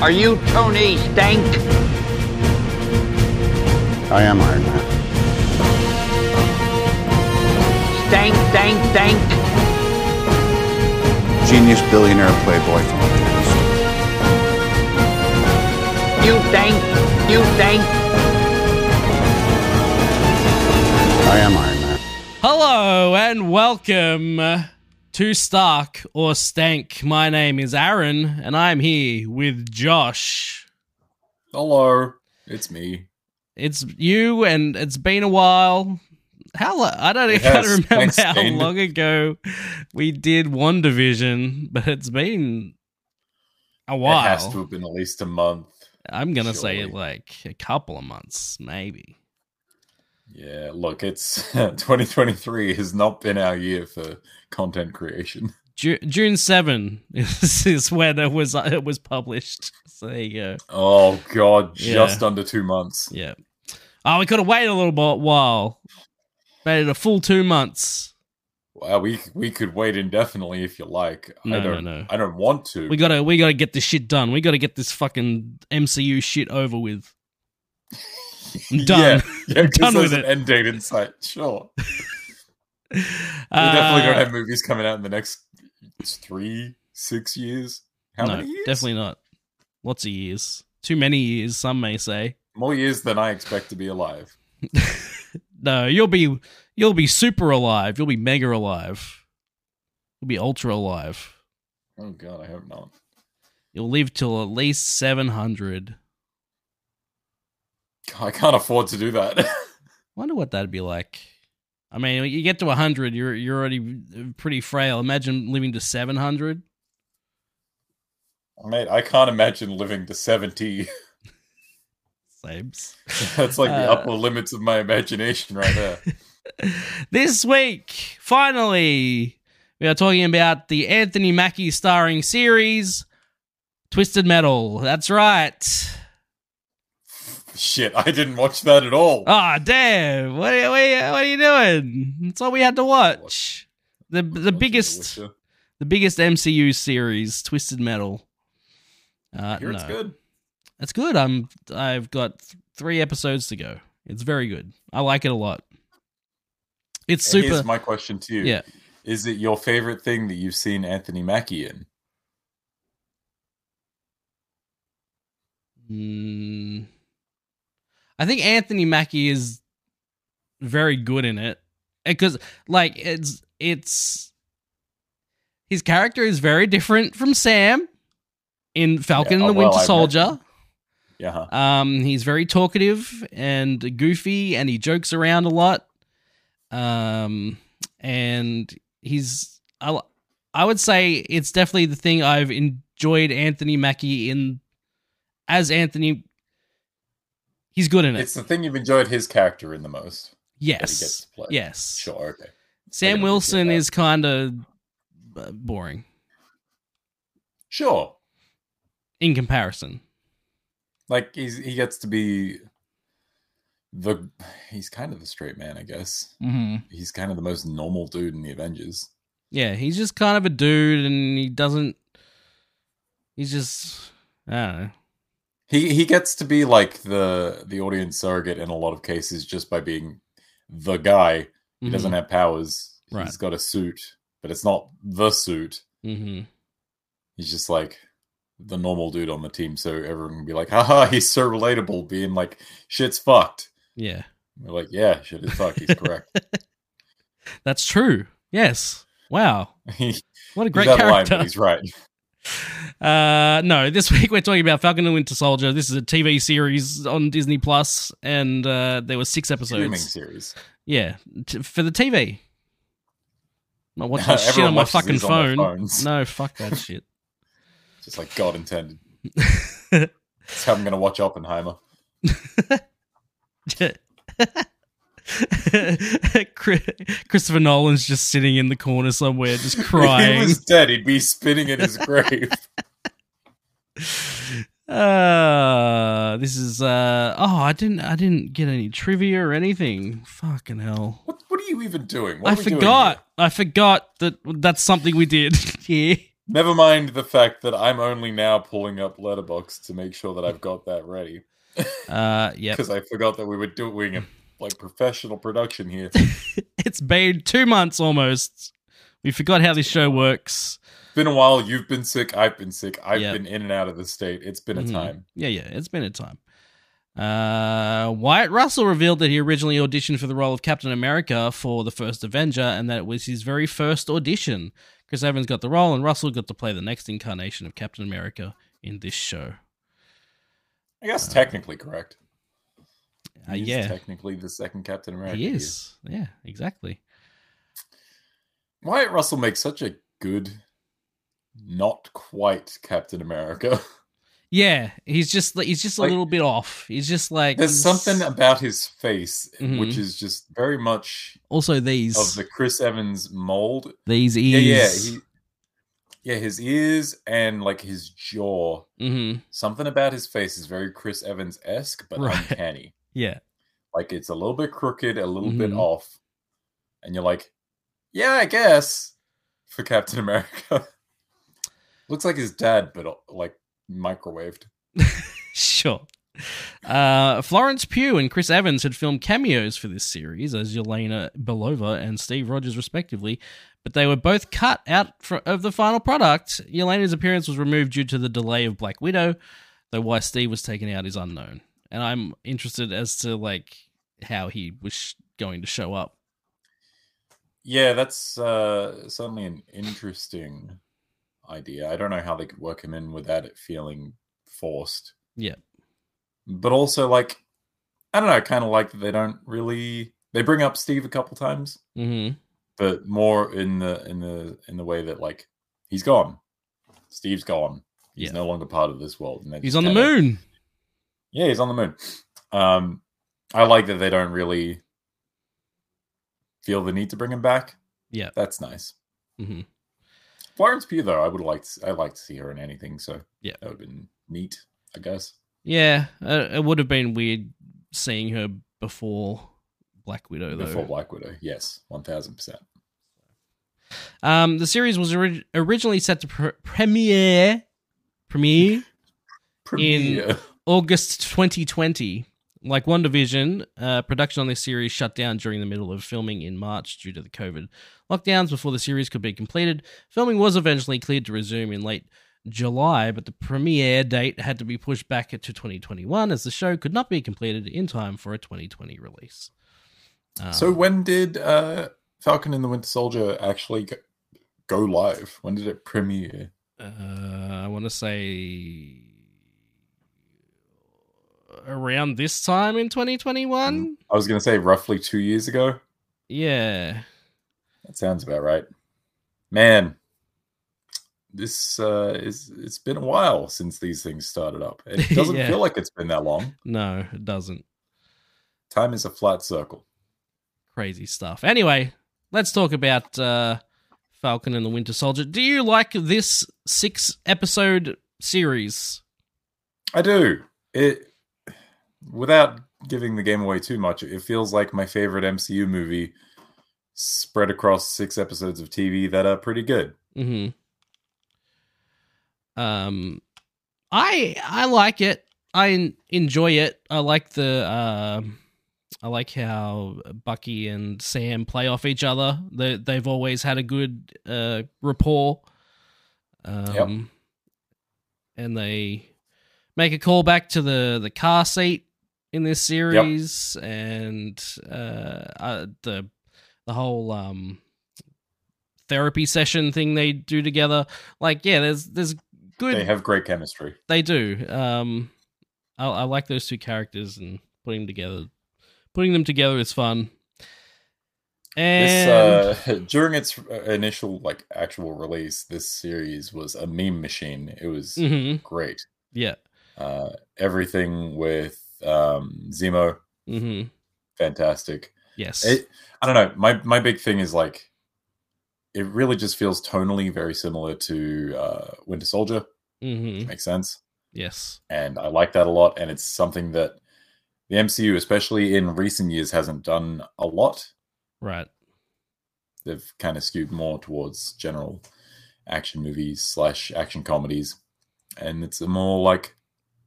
Are you Tony Stank? I am Iron Man. Stank, stank, stank. Genius, billionaire, playboy, philanthropist. You stank, you stank. I am Iron Man. Hello and welcome to Stark or Stank. My name is Aaron and I'm here with Josh. Hello, it's me. It's you and it's been a while. How lo- I don't It even has. remember Thanks, how Ben. long ago we did One Division, but it's been a It while. has to have been at least a month. I'm gonna say surely. like a couple of months, maybe. Yeah, look, it's 2023 has not been our year for content creation. Ju- June seven is, is when it was it was published. So there you go. Oh god, Yeah. just under two months. Yeah. Oh, we could have waited a little bit while. Waited a full two months. Wow, we we could wait indefinitely if you like. No, I no, don't no. I don't want to. We gotta we gotta get this shit done. We gotta get this fucking MCU shit over with. I'm done. Yeah, yeah 'cause done there's with an it. end date in sight. Sure. We Uh, definitely don't have movies coming out in the next three, six years. How no, many years? definitely not. Lots of years. Too many years, some may say. More years than I expect to be alive. No, you'll be you'll be super alive. You'll be mega alive. You'll be ultra alive. Oh god, I hope not. You'll live till at least seven hundred. I can't afford to do that. Wonder what that'd be like. I mean, you get to 100, you're you're already pretty frail. Imagine living to 700. Mate, I can't imagine living to 70. Sames. That's like the Uh, upper limits of my imagination right there. this week, finally, we are talking about the Anthony Mackie starring series Twisted Metal. That's right. Shit, I didn't watch that at all. Ah, damn. What are, what, are, what are you doing? That's all we had to watch. The the Watching biggest Witcher. the biggest MCU series, Twisted Metal. Uh, Here it's no. good. It's good. I'm I've got th- three episodes to go. It's very good. I like it a lot. It's Super. super. Here's my question to you. yeah. Is it your favorite thing that you've seen Anthony Mackie in? Mm. I think Anthony Mackie is very good in it because like it's it's his character is very different from Sam in Falcon Yeah, and the oh, well, Winter I imagine. Soldier. Yeah. huh. Um, he's very talkative and goofy, and he jokes around a lot. Um, and he's I, I would say it's definitely the thing I've enjoyed Anthony Mackie in as Anthony. He's good in it. It's the thing you've enjoyed his character in the most. that he gets yes, to play. yes. Sure, okay. Sam appreciate Wilson that. is kind of boring Sure. in comparison. Like he's he gets to be the he's kind of the straight man, I guess. Mm-hmm. He's kind of the most normal dude in the Avengers. Yeah, he's just kind of a dude, and he doesn't. He's just I don't know. He he gets to be like the the audience surrogate in a lot of cases just by being the guy. He doesn't have powers. Mm-hmm. Right. He's got a suit, but it's not the suit. Mm-hmm. He's just like the normal dude on the team, so everyone can be like, haha, he's so relatable, being like, shit's fucked. Yeah, We're like, yeah, shit is fucked. He's correct. that's true. Yes. Wow. He- he's What a great out of line, but character. he's right. Uh, no, this week we're talking about Falcon and the Winter Soldier. This is a TV series on Disney Plus, and uh, there were six Streaming episodes. series. Yeah, t- for the TV. I'm not watching Everyone shit on my watches fucking these on their phone. phones. No, fuck that shit. Just like God intended. That's how I'm gonna watch Oppenheimer. Chri- Christopher Nolan's just sitting in the corner somewhere, just If crying. he was dead, he'd be spinning in his grave. Uh, this is uh oh, I didn't I didn't get any trivia or anything. Fucking hell. What, what are you even doing? What I are we doing forgot. I forgot that that's something we did here. Never mind the fact that I'm only now pulling up Letterbox to make sure that I've got that ready Uh, yep. because I forgot that we were doing a like professional production here. It's been two months almost. We forgot how this show works. been a while. You've been sick. I've been sick. I've Yep. been in and out of the state. It's been Mhm. a time. Yeah, yeah, it's been a time. Uh, Wyatt Russell revealed that he originally auditioned for the role of Captain America for the first Avenger and that it was his very first audition. Chris Evans got the role and Russell got to play the next incarnation of Captain America in this show. I guess technically correct. Uh, He's yeah, technically the second Captain America. he here. is. Yeah, exactly. Wyatt Russell makes such a good, not quite Captain America. Yeah, he's just he's just a Like- little bit off. He's just like There's something about his face Mhm. which is just very much Also, these of the Chris Evans mold. these Yeah, yeah, ears. he, yeah. His ears and like his jaw. mm-hmm. Something about his face is very Chris Evans esque, but Right. uncanny. yeah, like it's a little bit crooked, a little bit Mhm. off, and you're like, yeah, I guess for Captain America, looks like his dad, but uh, like microwaved. sure. Uh, Florence Pugh and Chris Evans had filmed cameos for this series as Yelena Belova and Steve Rogers, respectively, but they were both cut out fr of the final product. Yelena's appearance was removed due to the delay of Black Widow, though why Steve was taken out is unknown. And I'm interested as to like how he was sh- going to show up. Yeah, that's uh, certainly an interesting idea. I don't know how they could work him in without it feeling forced. Yeah. but also like, I don't know. I kind of like that they don't really. They bring up Steve a couple times, hmm but more in the in the in the way that like he's gone. Steve's gone. He's Yeah. no longer part of this world. And they He's just on the kinda- moon. Yeah, he's on the moon. Um, I like that they don't really feel the need to bring him back. Yeah. That's nice. hmm Florence Pugh, though, I would like to, I like to see her in anything. So Yeah. that would have been neat, I guess. Yeah, uh, it would have been weird seeing her before Black Widow, though. Before Black Widow, yes, one thousand percent. Um, the series was orig- originally set to pre- premiere premiere Premiere. August 2020. Like One Division, uh, production on this series shut down during the middle of filming in March due to the COVID lockdowns. Before the series could be completed, filming was eventually cleared to resume in late July, but the premiere date had to be pushed back to 2021 as the show could not be completed in time for a 2020 release. Um, So when did uh, Falcon and the Winter Soldier actually go, go live? When did it premiere? Uh, I want to say around this time in 2021. I was going to say roughly two years ago. Yeah. That sounds about right. Man, this uh, is it's been a while since these things started up. It doesn't Yeah. feel like it's been that long. No, it doesn't. Time is a flat circle. Crazy stuff. Anyway, let's talk about uh, Falcon and the Winter Soldier. Do you like this six episode series? I do it without giving the game away too much. It feels like my favorite MCU movie spread across six episodes of TV that are pretty good. hmm Um, I I like it. I en- enjoy it. I like the um, I like how Bucky and Sam play off each other. They they've always had a good uh rapport. Um, and they make a call back to the the car seat in this series, and uh, uh the the whole um therapy session thing they do together. Like, yeah, there's there's good They have great chemistry. they do. Um, I, I like those two characters and putting them together. Putting them together is fun. This And uh, during its initial like actual release, this series was a meme machine. It was Mhm, great. yeah, uh, everything with um, Zemo, hmm fantastic. yes, It, I don't know. My my big thing is like, it really just feels tonally very similar to uh, Winter Soldier. hmm Makes sense, yes, and I like that a lot. And it's something that the MCU, especially in recent years, hasn't done a lot. right, They've kind of skewed more towards general action movies slash action comedies, and it's a more like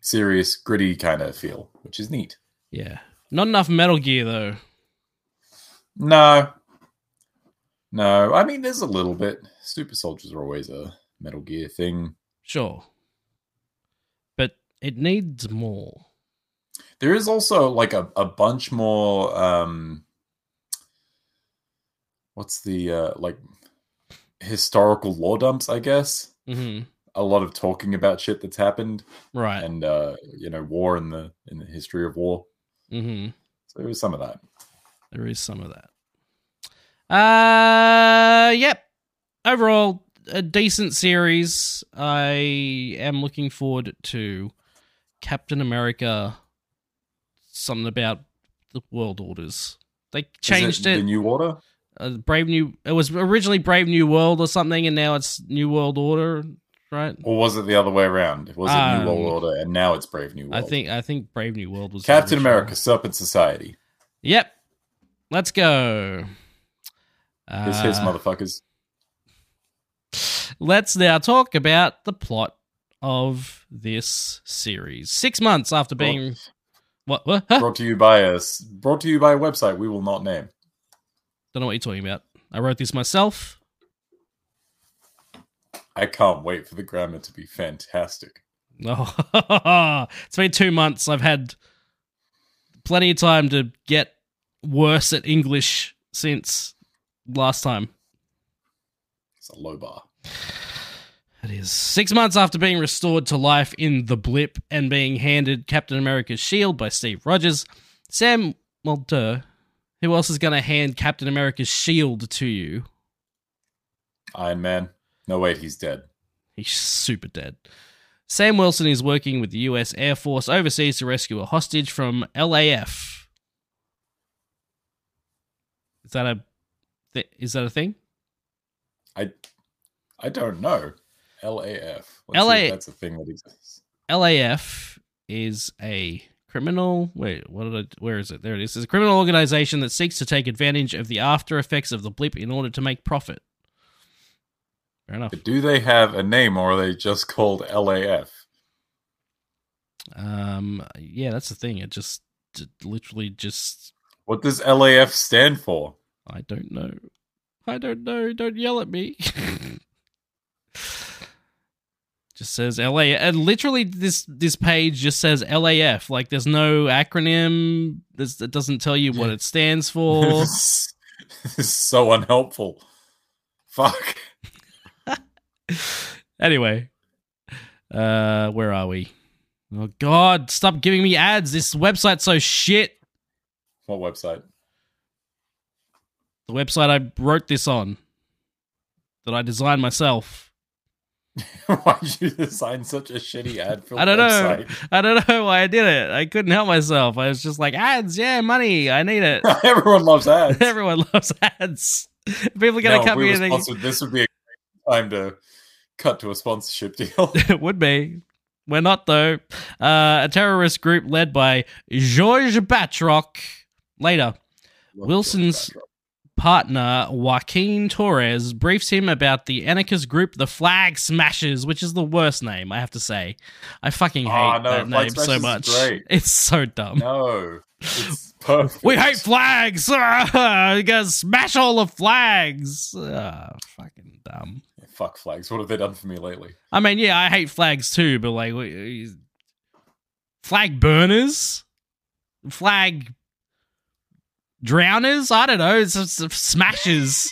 serious, gritty kind of feel, which is neat. Yeah. Not enough Metal Gear though. No, no, I mean there's a little bit. Super soldiers are always a Metal Gear thing. Sure. But it needs more. There is also like a, a bunch more um what's the uh like historical law dumps, I guess. hmm A lot of talking about shit that's happened Right. and uh you know war in the in the history of war. hmm So there was some of that. There is some of that. Uh yep. Overall, a decent series. I am looking forward to Captain America something about the world orders. They Is it changed the it. new order. uh, Brave New it was originally Brave New World or something and now it's New World Order, right? Or was it the other way around? Was it Um, New World Order and now it's Brave New I World? think I think Brave New World was the Captain original. America, Serpent Society. Yep. Let's go. This his Uh, motherfuckers. Let's now talk about the plot of this series. Six months after being what? what huh? Brought to you by us. Brought to you by a website we will not name. Don't know what you're talking about. I wrote this myself. I can't wait for the grammar to be fantastic. Oh, it's been two months. I've had plenty of time to get worse at English since last time. It's a low bar. It is. Six months after being restored to life in The Blip and being handed Captain America's shield by Steve Rogers, Sam, well, duh. Who else is going to hand Captain America's shield to you? Iron Man. No, wait, he's dead. He's super dead. Sam Wilson is working with the US Air Force overseas to rescue a hostage from LAF. Is that a th- is that a thing? I I don't know. LAF. Let's see if LA That's a thing that exists. LAF is a criminal. Wait, what did I? Where is it? There it is. It's a criminal organization that seeks to take advantage of the after effects of the blip in order to make profit. Fair enough. But do they have a name or are they just called LAF? Um, yeah, that's the thing. It just it literally just. What does LAF stand for? I don't know. I don't know. Don't yell at me. just says LA. And literally, this this page just says LAF. Like, there's no acronym. There's, it doesn't tell you what it stands for. this is so unhelpful. Fuck. anyway, uh, where are we? Oh God! Stop giving me ads. This website's so shit. What website? The website I wrote this on, that I designed myself. Why did you design such a shitty ad for I don't know. website? I don't know why I did it. I couldn't help myself. I was just like, ads, yeah, money. I need it. Everyone loves ads. Everyone loves ads. People are gonna No, if cut we me were anything. sponsored, this would be a great time to cut to a sponsorship deal. it would be. We're not though. Uh, a terrorist group led by George Batroc. Later, Wilson's- partner Joaquin Torres briefs him about the anarchist group The Flag Smashers, which is the worst name, I have to say. I fucking hate Ah, no, that Flag name Smashers so is much. great. It's so dumb. No, it's perfect. We hate flags. Ah, you gotta smash all the flags. Ah, fucking dumb. Fuck flags. What have they done for me lately? I mean, yeah, I hate flags too, but like, we- we- flag burners, flag drowners. I don't know. It's just smashes.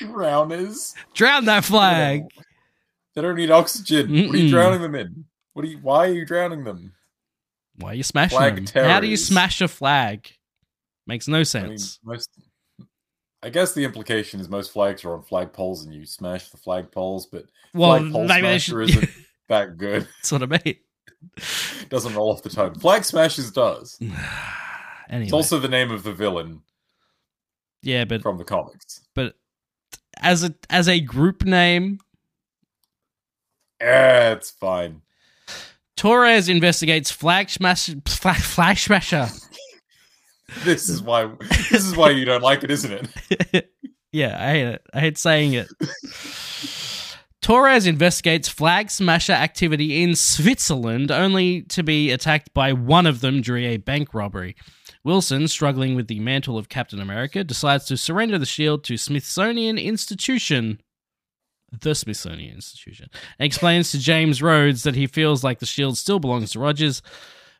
Drowners. Drown that flag. They don't need oxygen. What are Mm-mm. you drowning them in? What are you? Why are you drowning them? Why are you smashing Flag them? How do you terrorists. smash a flag? Makes no I mean, sense. most. I guess the implication is most flags are on flagpoles, and you smash the flagpoles, but well, flagpole maybe they smasher should. isn't that good. That's what I mean. Doesn't roll off the tongue. Flag smashers does. anyway, It's also the name of the villain yeah, but from the comics. but as a as a group name, Eh, it's fine. Torres investigates flag smash flag, flag smasher. This is why this is why you don't like it, isn't it? yeah, I hate it. I hate saying it. Torres investigates flag smasher activity in Switzerland, only to be attacked by one of them during a bank robbery. Wilson, struggling with the mantle of Captain America, decides to surrender the shield to Smithsonian Institution, the Smithsonian Institution, and explains to James Rhodes that he feels like the shield still belongs to Rogers.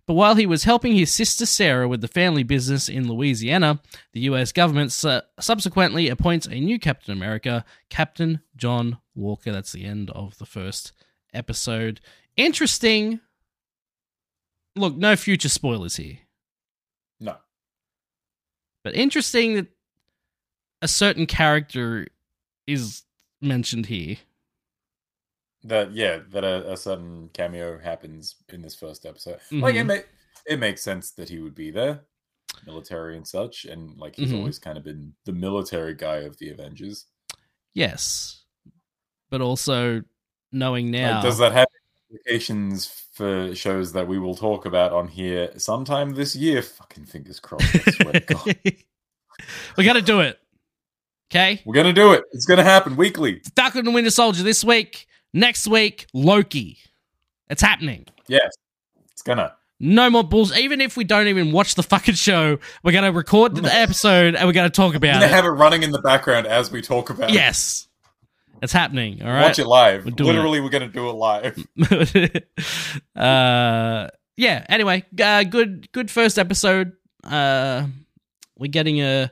But while he was helping his sister Sarah with the family business in Louisiana, the US government su- subsequently appoints a new Captain America, Captain John Walker. That's the end of the first episode. Interesting. Look, no future spoilers here. No. But interesting that a certain character is mentioned here. that yeah that a, a sudden cameo happens in this first episode like it, Mhm. ma- it makes sense that he would be there military and such and like he's Mhm. always kind of been the military guy of the avengers Yes. But also knowing Like, now. does that have implications for shows that we will talk about on here sometime this year fucking fingers crossed I swear to Oh God. we got to do it. Okay? we're gonna do it it's gonna happen weekly Falcon and the Winter Soldier this week. Next week, Loki. It's happening. yes it's gonna No more bulls. Even if we don't even watch the fucking show, we're going to record the episode and we're going to talk We're about gonna it. have it running in the background as we talk about it. Yes. It's happening. All right. watch it live We're doing it. literally we're gonna do it live uh, yeah. Anyway, uh, good good first episode. Uh, we're getting a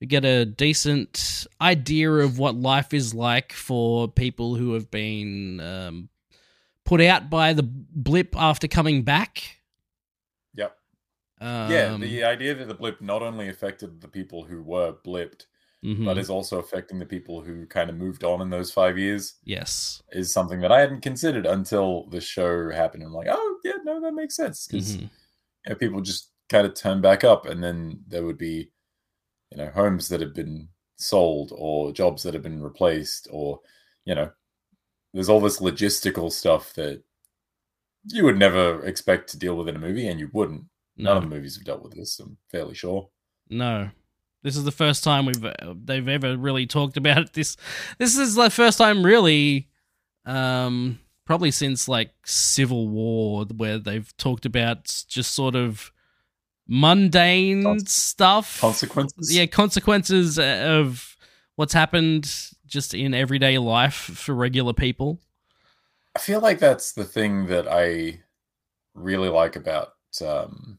we get a decent idea of what life is like for people who have been um, put out by the blip after coming back. Yep. Um, Yeah, the uh, idea that the blip not only affected the people who were blipped, mhm. but is also affecting the people who kind of moved on in those five years yes. is something that I hadn't considered until the show happened. I'm like, oh, yeah, no, that makes sense. Because Mhm. people just kind of turn back up, and then there would be, you know, homes that have been sold or jobs that have been replaced, or, you know, there's all this logistical stuff that you would never expect to deal with in a movie, and you wouldn't. None of No, the movies have dealt with this, I'm fairly sure. no. This is the first time we've uh, they've ever really talked about it. This this is the first time really um probably since like civil war where they've talked about s- just sort of mundane Conse- stuff consequences. yeah consequences uh, of what's happened just in everyday life for regular people I feel like that's the thing that I really like about, um,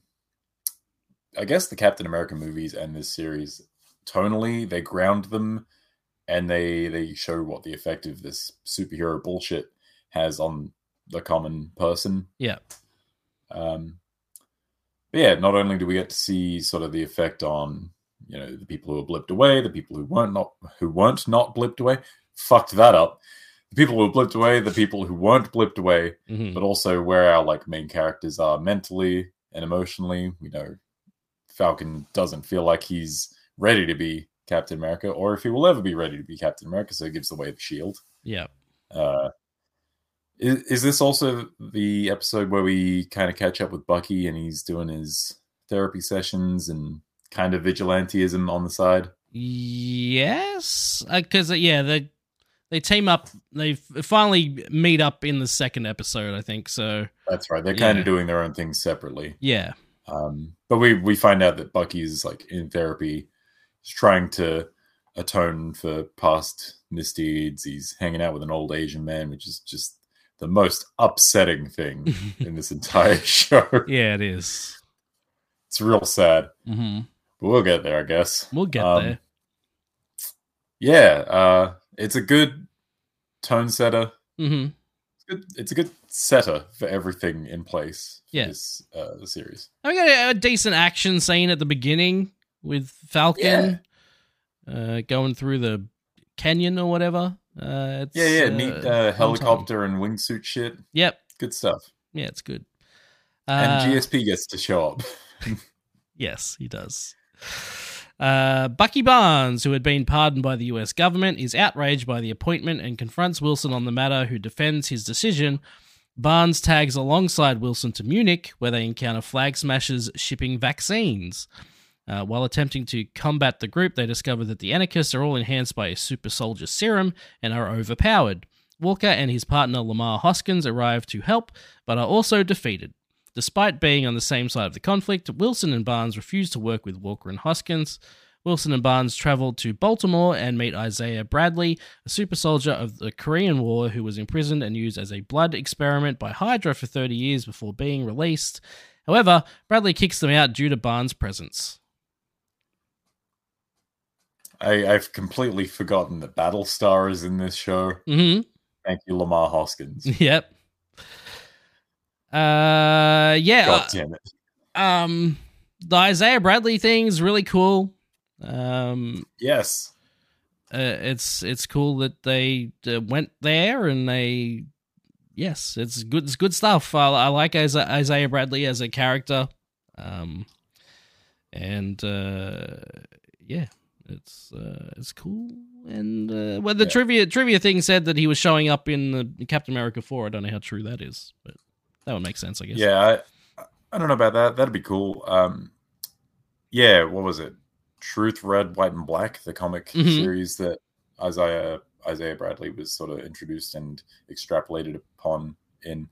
I guess, the Captain America movies and this series. Tonally, they ground them, and they they show what the effect of this superhero bullshit has on the common person. Yeah. Um, but yeah, not only do we get to see sort of the effect on you know the people who were blipped away, the people who weren't not who weren't not blipped away, fucked that up. The people who were blipped away, the people who weren't blipped away, Mhm. but also where our like main characters are mentally and emotionally. You know, Falcon doesn't feel like he's ready to be Captain America, or if he will ever be ready to be Captain America, so he gives away the shield. yeah Uh, is, is this also the episode where we kind of catch up with Bucky and he's doing his therapy sessions and kind of vigilanteism on the side? yes because yeah they they team up they f- finally meet up in the second episode i think so That's right. They're kind Yeah. of doing their own things separately. yeah Um, but we we find out that Bucky's like in therapy, he's trying to atone for past misdeeds. He's hanging out with an old Asian man, which is just the most upsetting thing in this entire show. yeah it is It's real sad. mm-hmm. But we'll get there, I guess. We'll get Um, there. Yeah, uh, it's a good tone setter. Mm-hmm. It's good. It's a good setter for everything in place. for Yeah. this uh, series. I got a, a decent action scene at the beginning with Falcon uh, going through the canyon or whatever. Uh, it's, Yeah, yeah. neat uh, fun time. helicopter and wingsuit shit. Yep. Good stuff. Yeah, it's good. And Uh, GSP gets to show up. Yes, he does. Uh, Bucky Barnes, who had been pardoned by the US government, is outraged by the appointment and confronts Wilson on the matter, who defends his decision. Barnes tags alongside Wilson to Munich, where they encounter flag smashers shipping vaccines. Uh, while attempting to combat the group, they discover that the anarchists are all enhanced by a super soldier serum and are overpowered. Walker and his partner Lamar Hoskins arrive to help, but are also defeated. Despite being on the same side of the conflict, Wilson and Barnes refuse to work with Walker and Hoskins. Wilson and Barnes travel to Baltimore and meet Isaiah Bradley, a super soldier of the Korean War who was imprisoned and used as a blood experiment by Hydra for 30 years before being released. However, Bradley kicks them out due to Barnes' presence. I, I've completely forgotten that Battlestar is in this show. hmm Thank you, Lamar Hoskins. Yep. Uh, yeah. God damn it. um the Isaiah Bradley thing's really cool. Um Yes. uh, it's it's cool that they uh, went there and they yes, it's good it's good stuff. I, I like Isa- Isaiah Bradley as a character. Um and uh yeah, it's uh it's cool. And uh, well, the Yeah. trivia trivia thing said that he was showing up in the Captain America four. I don't know how true that is, but that would make sense, I guess. Yeah, I, I don't know about that. That'd be cool. Um, yeah, what was it? Truth, Red, White, and Black, the comic Mhm. series that Isaiah Isaiah Bradley was sort of introduced and extrapolated upon in,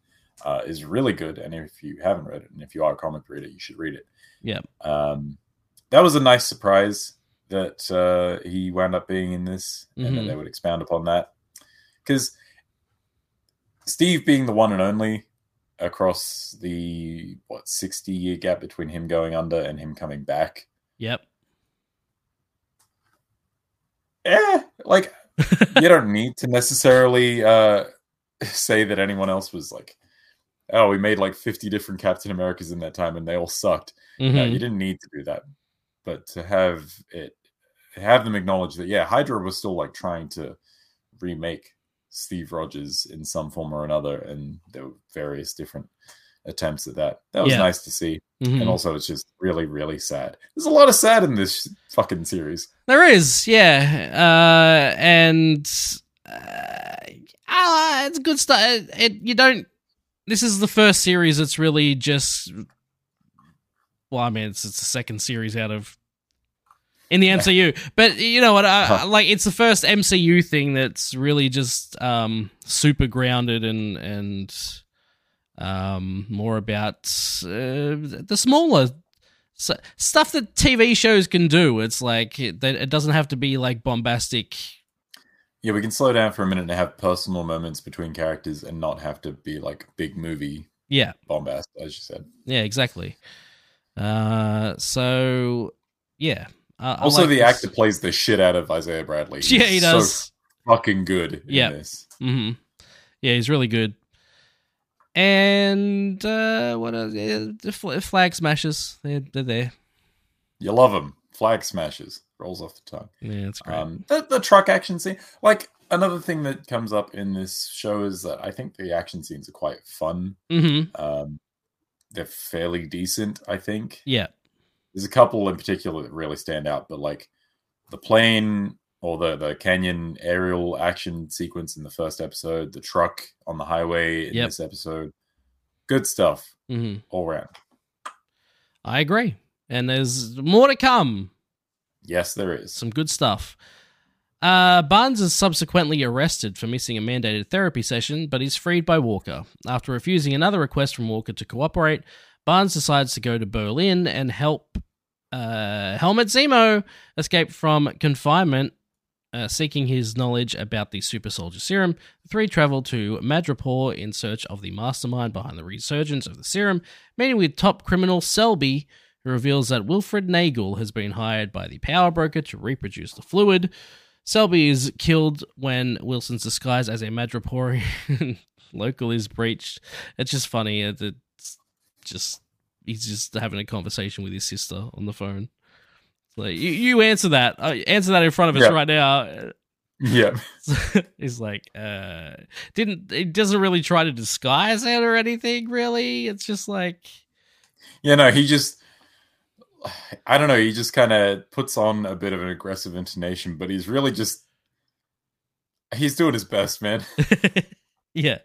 uh, is really good. And if you haven't read it, and if you are a comic reader, you should read it. Yeah. Um, that was a nice surprise that uh, he wound up being in this, and Mhm. that they would expound upon that because Steve being the one and only across the what 60 year gap between him going under and him coming back Yep. eh, like you don't need to necessarily uh say that anyone else was like oh we made like 50 different captain americas in that time and they all sucked no, Mhm. you didn't need to do that but to have it have them acknowledge that yeah hydra was still like trying to remake steve rogers in some form or another and there were various different attempts at that that was Yeah. nice to see Mhm. and also it's just really really sad there's a lot of sad in this fucking series There is, yeah, uh, and uh, ah, it's good stuff. It, it you don't. This is the first series that's really just. Well, I mean, it's, it's the second series out of in the MCU, but you know what? I, Huh. Like, it's the first MCU thing that's really just um, super grounded and and um, more about uh, the smaller so, stuff that TV shows can do. It's like it, that it doesn't have to be like bombastic. Yeah, we can slow down for a minute and have personal moments between characters and not have to be like big movie Yeah, bombast, as you said. yeah, exactly. Uh, so yeah. I- I also, like the this. actor plays the shit out of Isaiah Bradley. Yeah, he He's does. So fucking good in Yeah. this. hmm Yeah, he's really good. And uh, what else? Yeah, the fl- flag smashes. They're, they're there. You love him. Flag smashes. Rolls off the tongue. Yeah, it's great. Um, the, the truck action scene. Like, another thing that comes up in this show is that I think the action scenes are quite fun. hmm Um, they're fairly decent, I think. Yeah. there's a couple in particular that really stand out, but like the plane or the the canyon aerial action sequence in the first episode, the truck on the highway in Yep. this episode, good stuff hmm all round. I agree. And there's more to come. Yes, there is. some good stuff. Uh, Barnes is subsequently arrested for missing a mandated therapy session, but is freed by Walker. After refusing another request from Walker to cooperate, Barnes decides to go to Berlin and help uh, Helmut Zemo escape from confinement, uh, seeking his knowledge about the super soldier serum. The three travel to Madripoor in search of the mastermind behind the resurgence of the serum, meeting with top criminal Selby, who reveals that Wilfred Nagel has been hired by the power broker to reproduce the fluid. Selby is killed when Wilson's disguise as a Madriporian local is breached. It's just funny. uh, that It's just he's just having a conversation with his sister on the phone. Like you, you answer that. Uh, answer that in front of us Yeah. right now. Yeah, He's like, uh, didn't it doesn't really try to disguise it or anything. Really, it's just like, yeah. No, he just. I don't know. He just kind of puts on a bit of an aggressive intonation, but he's really just. He's doing his best, man. yeah,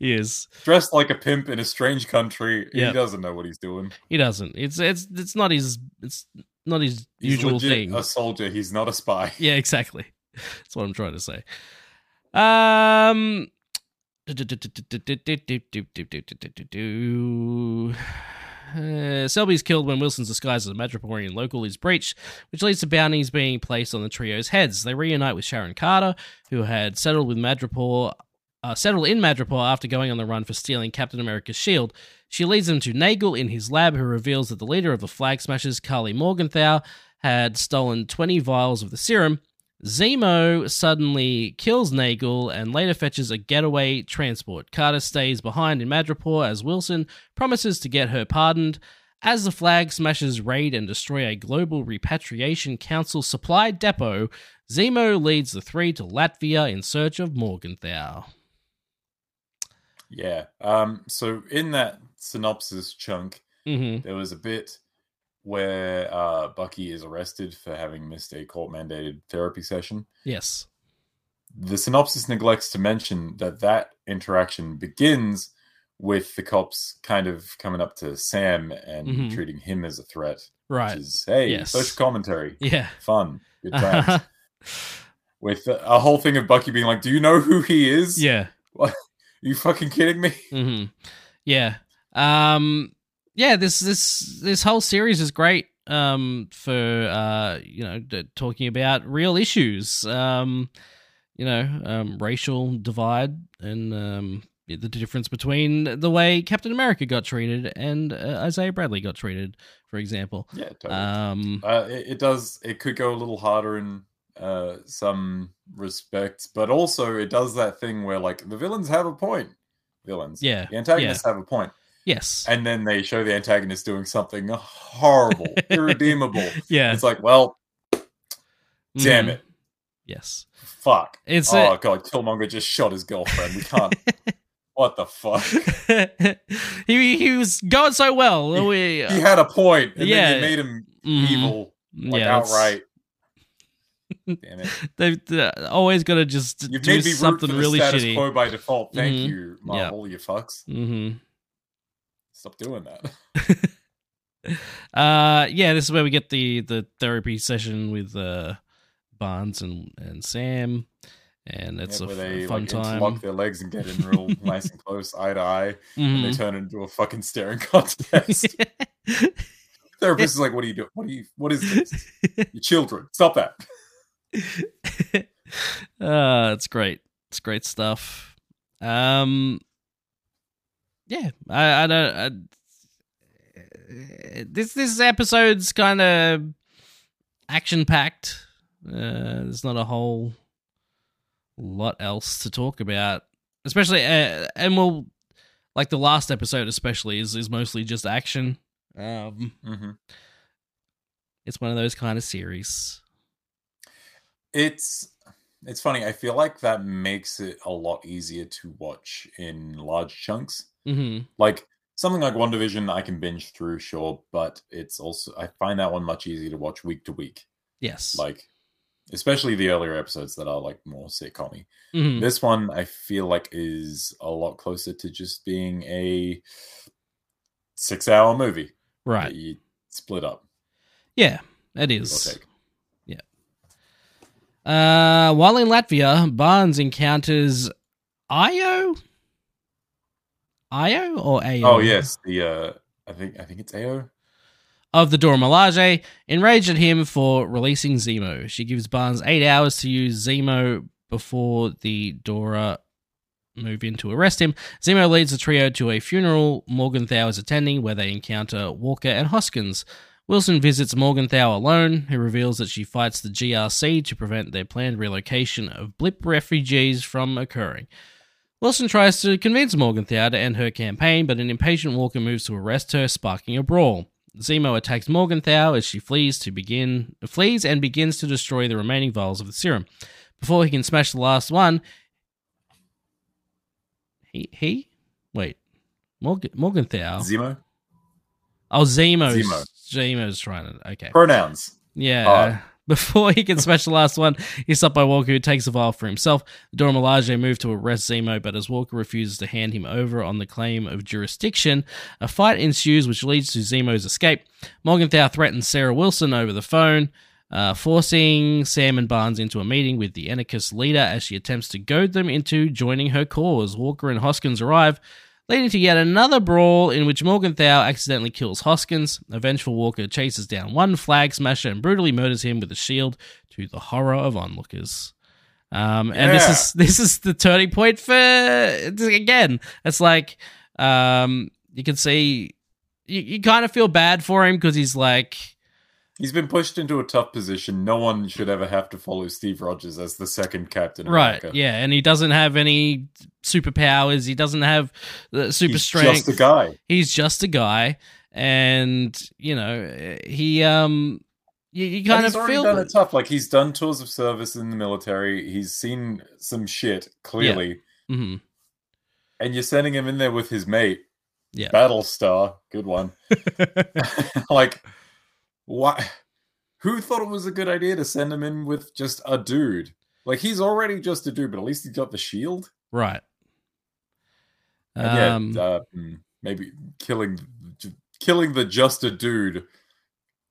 he is. Dressed like a pimp in a strange country, Yeah. he doesn't know what he's doing. He doesn't. It's it's it's not his. It's not his He's usual legit thing. a soldier. He's not a spy. Yeah, exactly. That's what I'm trying to say. Um, Uh, Selby is killed when Wilson's disguise as a Madriporian local is breached, which leads to bounties being placed on the trio's heads. They reunite with Sharon Carter, who had settled with Madripoor, uh, settled in Madripoor after going on the run for stealing Captain America's shield. She leads them to Nagel in his lab, who reveals that the leader of the Flag Smashers, Carly Morgenthau, had stolen 20 vials of the serum. Zemo suddenly kills Nagel and later fetches a getaway transport. Carter stays behind in Madripoor as Wilson promises to get her pardoned. As the flag smashes raid and destroy a global repatriation council supply depot, Zemo leads the three to Latvia in search of Morgenthau. Yeah. Um, so in that synopsis chunk, hmm there was a bit where uh, Bucky is arrested for having missed a court mandated therapy session. Yes. The synopsis neglects to mention that that interaction begins with the cops kind of coming up to Sam and Mhm. treating him as a threat. Right. Which is, hey, Yes. social commentary. yeah. Fun. Good times. with a whole thing of Bucky being like, do you know who he is? yeah. you fucking kidding me? hmm Yeah. Um. Yeah. This this this whole series is great. Um. For uh, you know, d- talking about real issues. Um. You know, um, racial divide and um, the difference between the way Captain America got treated and uh, Isaiah Bradley got treated, for example. Yeah, totally. Um. Uh, it, it does. It could go a little harder in uh, some respects, but also it does that thing where like the villains have a point. Villains, Yeah, The antagonists have a point, Yes. and then they show the antagonist doing something horrible, irredeemable. Yeah. It's like, well, damn Mhm. it, Yes. fuck. It's uh, a- oh god, Killmonger just shot his girlfriend. We can't. what the fuck? he he was going so well. He- We- He had a point, and Yeah. then you made him Mhm. evil, like that's- outright. Damn it. They've uh, always got to just You've do made me root something for the really status shitty. quo by default. Thank Mhm. you, Marvel. You fucks. Mm-hmm. Stop doing that. Uh, yeah, this is where we get the the therapy session with uh, Barnes and and Sam, and it's Yeah, a, where f- they fun like time. interlock their legs and get in real nice and close, eye to eye, and they Mhm. turn into a fucking staring contest. Therapist is like, "What are you doing? What are you? What is this? Your children, stop that!" uh, it's great. It's great stuff. Um, yeah, I, I don't. I, this this episode's kind of action packed. Uh, there's not a whole lot else to talk about, especially uh, and we'll like the last episode, especially is is mostly just action. Um, hmm it's one of those kind of series. It's it's funny. I feel like that makes it a lot easier to watch in large chunks. hmm like something like one division i can binge through sure but it's also i find that one much easier to watch week to week Yes. like especially the earlier episodes that are like more sitcom Mhm. this one i feel like is a lot closer to just being a six hour movie right. that you split up Yeah, it give or is. take. Uh, while in Latvia, Barnes encounters Io. Io or Ao? oh yes the uh i think i think it's ao Of the Dora Milaje, enraged at him for releasing Zemo. She gives Barnes eight hours to use Zemo before the Dora move in to arrest him. Zemo leads the trio to a funeral Morgenthau is attending, where they encounter Walker and Hoskins. Wilson visits Morgenthau alone, who reveals that she fights the GRC to prevent their planned relocation of blip refugees from occurring. Wilson tries to convince Morgenthau to end her campaign, but an impatient Walker moves to arrest her, sparking a brawl. Zemo attacks Morgenthau as she flees to begin flees and begins to destroy the remaining vials of the serum. Before he can smash the last one, he he wait Morgan Morgenthau zemo oh Zemo's Zemo. Zemo's trying to okay pronouns yeah. Odd. Before he can smash the last one, he's stopped by Walker, who takes a vial for himself. Dora Milaje moved to arrest Zemo, but as Walker refuses to hand him over on the claim of jurisdiction, a fight ensues, which leads to Zemo's escape. Morgenthau threatens Sarah Wilson over the phone, uh, forcing Sam and Barnes into a meeting with the anarchist leader as she attempts to goad them into joining her cause. Walker and Hoskins arrive, leading to yet another brawl in which Morgenthau accidentally kills Hoskins. A vengeful Walker chases down one flag smasher and brutally murders him with a shield to the horror of onlookers. Um, and this Yeah. is this is the turning point for again. It's like um, you can see you, you kind of feel bad for him because he's like He's been pushed into a tough position. No one should ever have to follow Steve Rogers as the second Captain right, America. yeah, and he doesn't have any superpowers. He doesn't have uh, super He's strength. just a guy. He's just a guy, and you know he um you, you And kind he's of already feel done it tough. Like he's done tours of service in the military. He's seen some shit clearly, Mhm. and you're sending him in there with his mate, Yeah. Battlestar, good one. like, why? Who thought it was a good idea to send him in with just a dude? Like he's already just a dude, but at least he got the shield. right. Um, And yeah, uh, mm, maybe killing killing the just a dude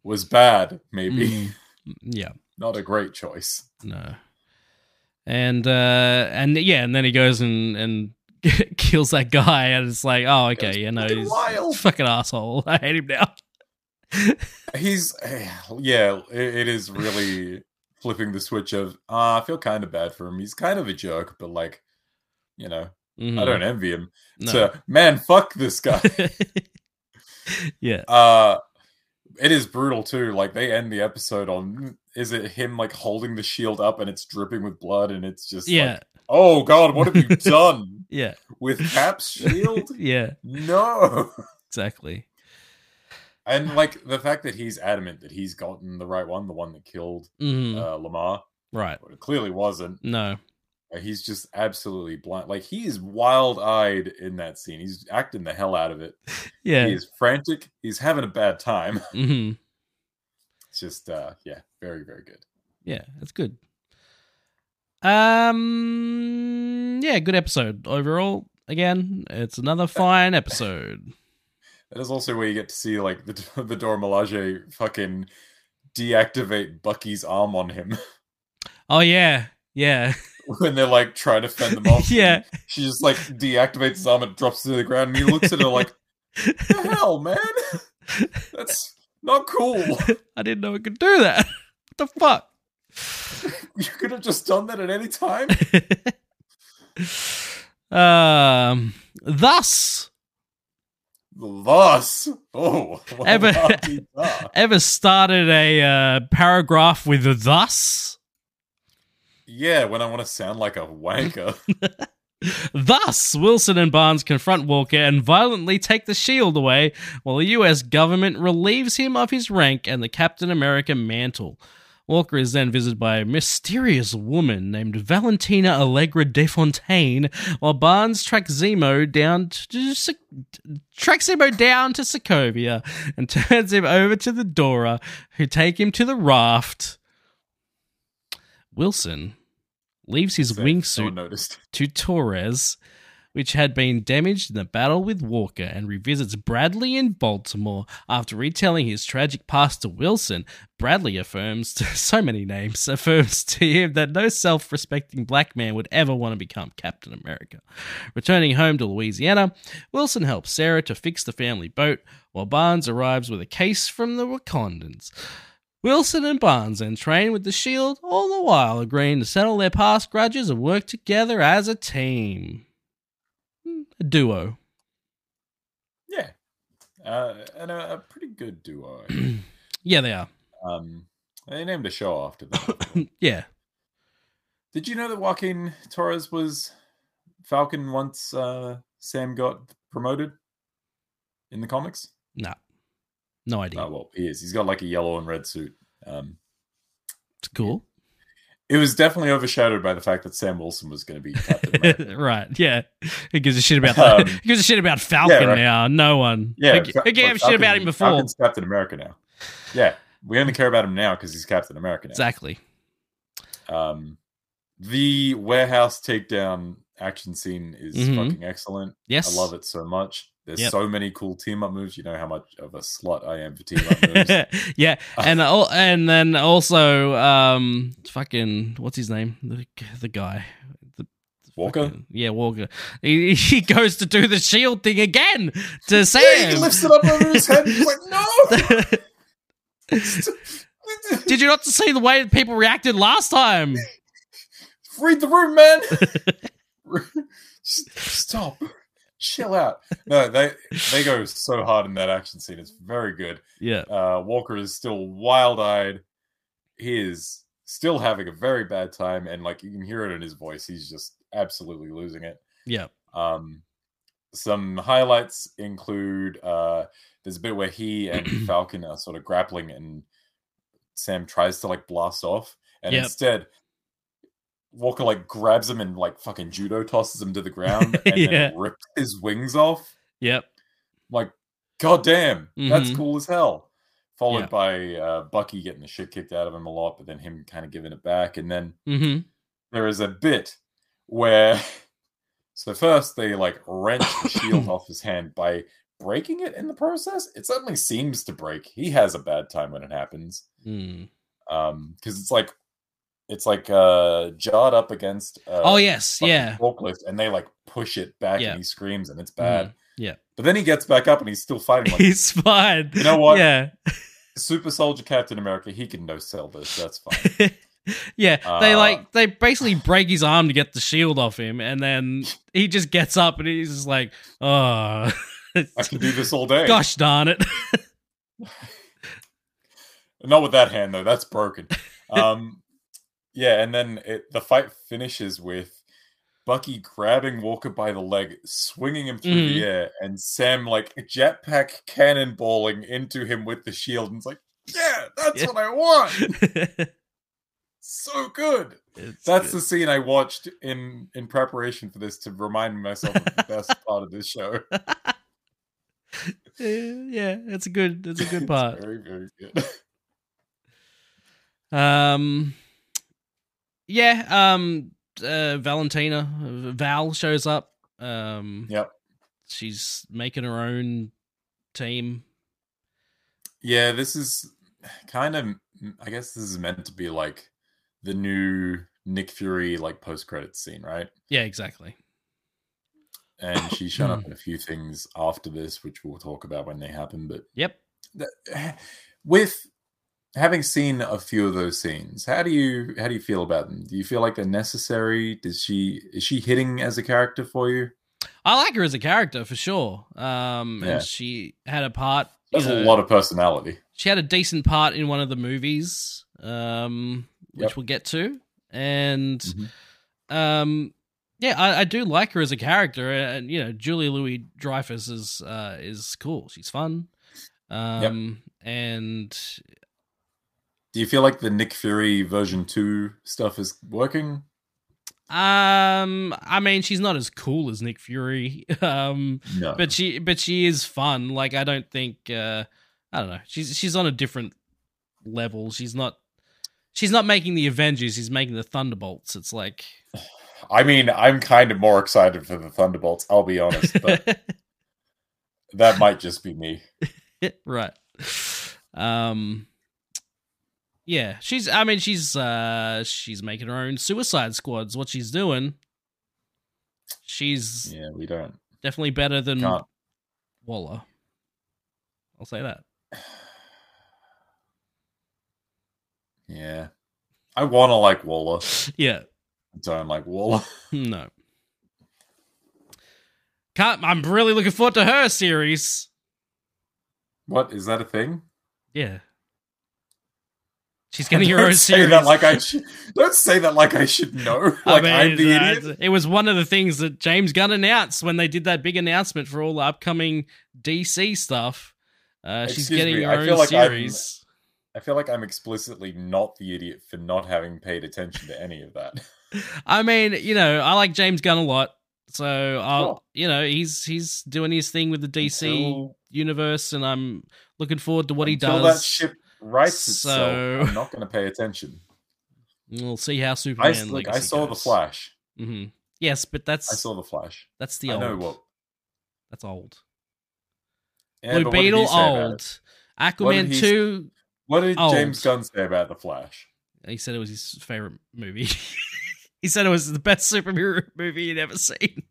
was bad. Maybe mm, yeah. not a great choice. No. And uh and yeah, and then he goes and and kills that guy, and it's like, oh, okay, you know, fucking he's wild. fucking asshole. I hate him now. He's yeah, it, it is really flipping the switch of ah, I feel kind of bad for him. He's kind of a jerk, but like, you know, I Mm-hmm. don't envy him. Hmm. No. So man, fuck this guy. yeah. uh, it is brutal too. Like they end the episode on is it him like holding the shield up and it's dripping with blood and it's just Yeah. like, oh god, what have you done yeah. with Cap's shield? Yeah. No. Exactly. And like the fact that he's adamant that he's gotten the right one, the one that killed Mhm. uh, Lamar, right. but it clearly wasn't. No. Uh, He's just absolutely blind. Like he is wild eyed in that scene. He's acting the hell out of it. Yeah. He is frantic. He's having a bad time. hmm It's just uh yeah, very, very good. Yeah. That's good. Um. Yeah. Good episode overall. Again, it's another fine episode. That is also where you get to see like the the Dora Milaje fucking deactivate Bucky's arm on him Oh yeah. Yeah. when they're like trying to fend them off. Yeah. And She just like deactivates his arm and drops it to the ground and he looks at her like, the hell, man? That's not cool. I didn't know it could do that. what the fuck? You could have just done that at any time. um, thus, Thus, oh, well, Ever- la dee da. ever started a uh, paragraph with a thus? yeah, when I want to sound like a wanker, Thus, Wilson and Barnes confront Walker and violently take the shield away while the US government relieves him of his rank and the Captain America mantle. Walker is then visited by a mysterious woman named Valentina Allegra de Fontaine while Barnes tracks Zemo down to Se- tracks Zemo down to Sokovia and turns him over to the Dora who take him to the raft. Wilson leaves his So, no one wingsuit noticed. to Torres, which had been damaged in the battle with Walker, and revisits Bradley in Baltimore after retelling his tragic past to Wilson. Bradley affirms to so many names, affirms to him that no self respecting black man would ever want to become Captain America. Returning home to Louisiana, Wilson helps Sarah to fix the family boat while Barnes arrives with a case from the Wakandans. Wilson and Barnes then train with the Shield, all the while agreeing to settle their past grudges and work together as a team. Hmm, A duo. Yeah, uh, and a, a pretty good duo. I think. Yeah, they are. um, they named a show after them. Yeah. Did you know that Joaquin Torres was Falcon once uh, Sam got promoted in the comics? Nah. No idea. Oh, well, he is. He's got like a yellow and red suit. Um, It's cool. it was definitely overshadowed by the fact that Sam Wilson was going to be Captain America. right. Yeah. Who gives a shit about that? Um, Who gives a shit about Falcon yeah, right. now? No one. Yeah, Who, Fa- who gave a look, shit about Falcon- him before? Falcon's Captain America now. Yeah, we only care about him now because he's Captain America now. Exactly. Um, the warehouse takedown action scene is Mhm. fucking excellent. Yes. I love it so much. There's Yep. so many cool team up moves. You know how much of a slut I am for team up moves. yeah, and al- and then also, um, fucking what's his name? The, the guy, the Walker? fucking- yeah, Walker. He, he goes to do the shield thing again to Yeah, he Sam. lifts it up over his head. He's like, no. Did you not see the way that people reacted last time? Read the room, man. Just Stop. Chill out. No, they they go so hard in that action scene. It's very good. Yeah, Uh, Walker is still wild eyed. He is still having a very bad time, and like you can hear it in his voice, he's just absolutely losing it. yeah, Um, some highlights include uh, there's a bit where he and Falcon are sort of grappling, and Sam tries to like blast off, and Yep. instead Walker like grabs him and like fucking judo tosses him to the ground, and Yeah. then rips his wings off. yep. Like, goddamn, that's Mhm. cool as hell. Followed Yeah. by uh, Bucky getting the shit kicked out of him a lot, but then him kind of giving it back, and then hmm there is a bit where so first they like wrench the shield off his hand by breaking it in the process it suddenly seems to break he has a bad time when it happens Mm. um because it's like it's like uh jarred up against uh, Oh yes, fucking yeah. forklift and they like push it back Yeah. Mm-hmm. and he screams and it's bad yeah. but then he gets back up and he's still fighting like He's fine. You know what? Yeah, super soldier captain america he can no sell this that's fine yeah. they Uh, like they basically break his arm to get the shield off him, and then he just gets up and he's just like, oh, i can do this all day gosh darn it. Not with that hand though. That's broken. Um, yeah, and then it, the fight finishes with Bucky grabbing Walker by the leg, swinging him through Mm-hmm. the air, and Sam like jetpack cannonballing into him with the shield. And it's like, yeah, that's Yeah. what I want. So good. That's uh, the scene I watched in in preparation for this to remind myself of the best part of this show. the yeah. It's a good. It's a good It's part. very very good. Um, yeah. Um, uh, Valentina uh, Val shows up. Um, Yep. she's making her own team. Yeah, this is kind of. I guess this is meant to be like the new Nick Fury like post credits scene, right? Yeah, exactly. And she showed up in a few things after this, which we'll talk about when they happen. But Yep. th- with having seen a few of those scenes, how do you how do you feel about them? Do you feel like they're necessary? Does she is she hitting as a character for you? I like her as a character for sure. Um, Yeah. and she had a part. you There's know, a lot of personality. She had a decent part in one of the movies, um, which Yep. we'll get to, and Mhm. um, yeah, I, I do like her as a character, and you know, Julie Louis Dreyfus is uh, is cool. She's fun, um, and Do you feel like the Nick Fury version two stuff is working? um, I mean, she's not as cool as Nick Fury, um, No, but she but she is fun like i don't think uh i don't know she's she's on a different level she's not she's not making the avengers she's making the thunderbolts it's like I mean, I'm kind of more excited for the Thunderbolts. I'll be honest, but that might just be me. right um yeah she's i mean she's uh she's making her own suicide squads what she's doing she's Yeah, we don't. definitely better than Can't. waller i'll say that Yeah, I want to like Waller. yeah I don't like Waller. No. Can't, I'm really looking forward to her series. What is that a thing? Yeah. She's getting her Don't own say series. that like I sh- don't say that like I should know. I Like mean, I am the uh, idiot. It was one of the things that James Gunn announced when they did that big announcement for all the upcoming DC stuff. Uh, she's Excuse getting me, her I own feel like I'm- series. I feel like I'm explicitly not the idiot for not having paid attention to any of that. I mean, you know, I like James Gunn a lot, so I'll, Sure. you know, he's he's doing his thing with the DC Until- universe, and I'm looking forward to what he until does. that ship writes So- itself, I'm not going to pay attention. We'll see how I Superman. s- like I Legacy saw the goes. Flash. Mhm. Yes, but I that's saw the Flash. that's the I old. know what. That's old. Yeah, Blue but what did he Beetle, say about it? old. What did Aquaman he s- two. What did Old. James Gunn say about the Flash? He said it was his favorite movie. he said it was the best superhero movie he'd ever seen.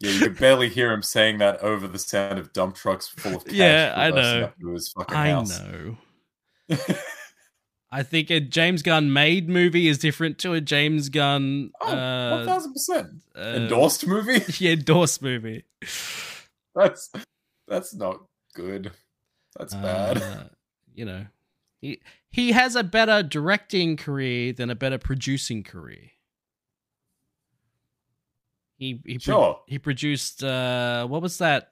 Yeah, you could barely hear him saying that over the sound of dump trucks full of cash. Yeah, I reversing know. up To his fucking I house. know. I think a James Gunn made movie is different to a James Gunn Oh, one uh, thousand percent uh, endorsed movie. yeah, endorsed movie. That's that's not good. That's bad. Uh, you know, he he has a better directing career than a better producing career. He he pro- Sure. he produced uh what was that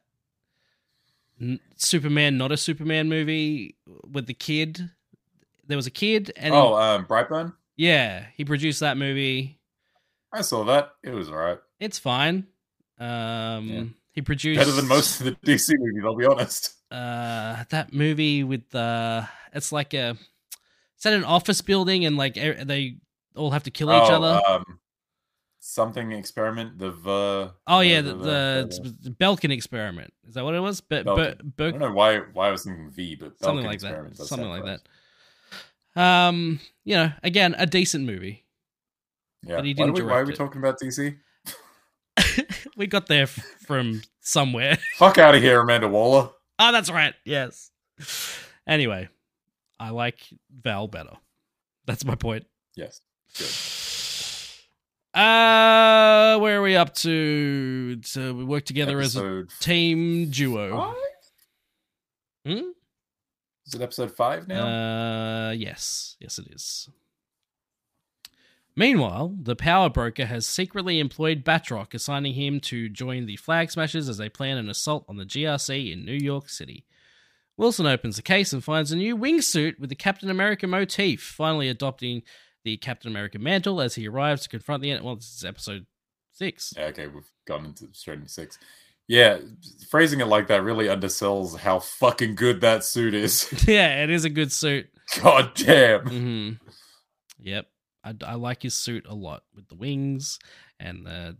N- Superman not a Superman movie with the kid. There was a kid and he- oh, um, Brightburn. yeah, he produced that movie. I saw that. It was alright. It's fine. Um Yeah. he produced Better than most of the DC movies. I'll be honest. uh that movie with the it's like a it's at an office building and like e- they all have to kill each Oh, other. Um, something experiment. The ver. oh yeah, the, the, it's Belkin experiment. Is that what it was? But Belkin. I Ber- don't know why why I was thinking V, but something Belkin like experiment that. does Something sound like right. that. Um, you know, again, a decent movie. Yeah. But he why, do didn't we, why are direct we it. talking about DC? we got there f- from somewhere. Fuck out of here, Amanda Waller. oh, that's right. Yes. Anyway, I like Val better. That's my point. Yes. Good. Uh, where are we up to? So we work together as episode a team duo. five? Hmm? Is it episode five now? Uh, yes, yes, it is. Meanwhile, the power broker has secretly employed Batroc, assigning him to join the Flag Smashers as they plan an assault on the GRC in New York City. Wilson opens the case and finds a new wingsuit with the Captain America motif, finally adopting the Captain America mantle as he arrives to confront the. en- Well, this is episode six. yeah, okay, we've gone into straight into six. Yeah, phrasing it like that really undersells how fucking good that suit is. yeah, it is a good suit. God damn. hmm Yep. I, I like his suit a lot with the wings and the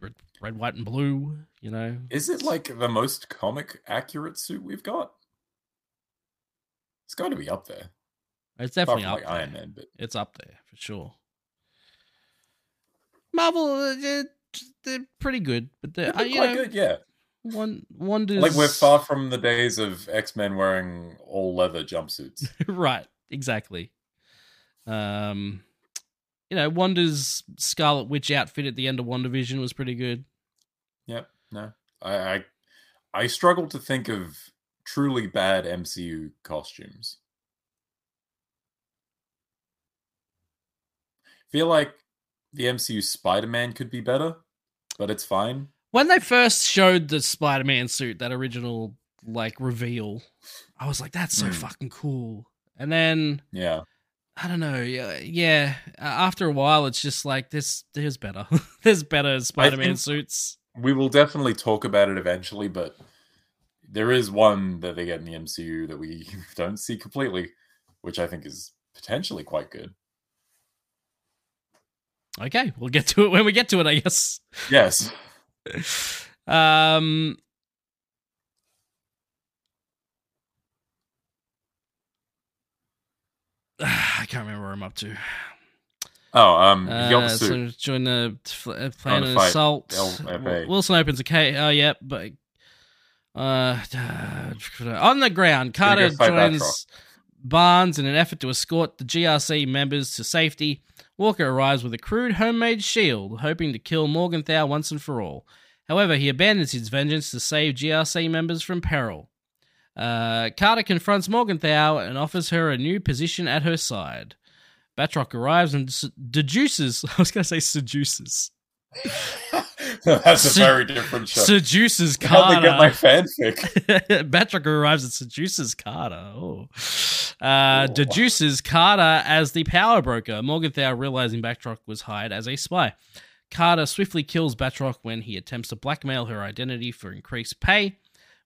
red, red, white, and blue, you know. Is it like the most comic accurate suit we've got? It's got to be up there. It's Apart definitely from up like there. Iron Man, but It's up there for sure. Marvel, uh, they're, they're pretty good, but they're, uh, they're you quite know, good. Yeah, One, wonders. like we're far from the days of X Men wearing all leather jumpsuits. right, exactly. Um, you know, Wanda's Scarlet Witch outfit at the end of WandaVision was pretty good. Yep. No, I, I I struggle to think of truly bad MCU costumes. Feel like the MCU Spider Man could be better, but it's fine. when they first showed the Spider-Man suit, that original like reveal, I was like, "That's so Hmm. fucking cool." And then Yeah, I don't know, yeah, yeah. uh, After a while, it's just like this. There's better. there's better Spider-Man think- suits. we will definitely talk about it eventually, but there is one that they get in the MCU that we don't see completely, which I think is potentially quite good. Okay, we'll get to it when we get to it, I guess. Yes. Um. I can't remember where I'm up to. Oh, um, he got Uh, the suit. so join the fl- uh, plan to an fight assault. LFA. Wilson opens a case. Oh, yeah, but uh, on the ground, Carter go fight joins Barnes in an effort to escort the GRC members to safety. Walker arrives with a crude homemade shield, hoping to kill Morgenthau once and for all. However, he abandons his vengeance to save GRC members from peril. Uh, Carter confronts Morgenthau and offers her a new position at her side. Batroc arrives and s- deduces. I was going to say seduces. That's a Su- very different show. Seduces How'd Carter. they get my fanfic? Batroc arrives and seduces Carter. Oh. Uh, Ooh. deduces Carter as the power broker. Morgenthau, realizing Batroc was hired as a spy. Carter swiftly kills Batroc when he attempts to blackmail her identity for increased pay.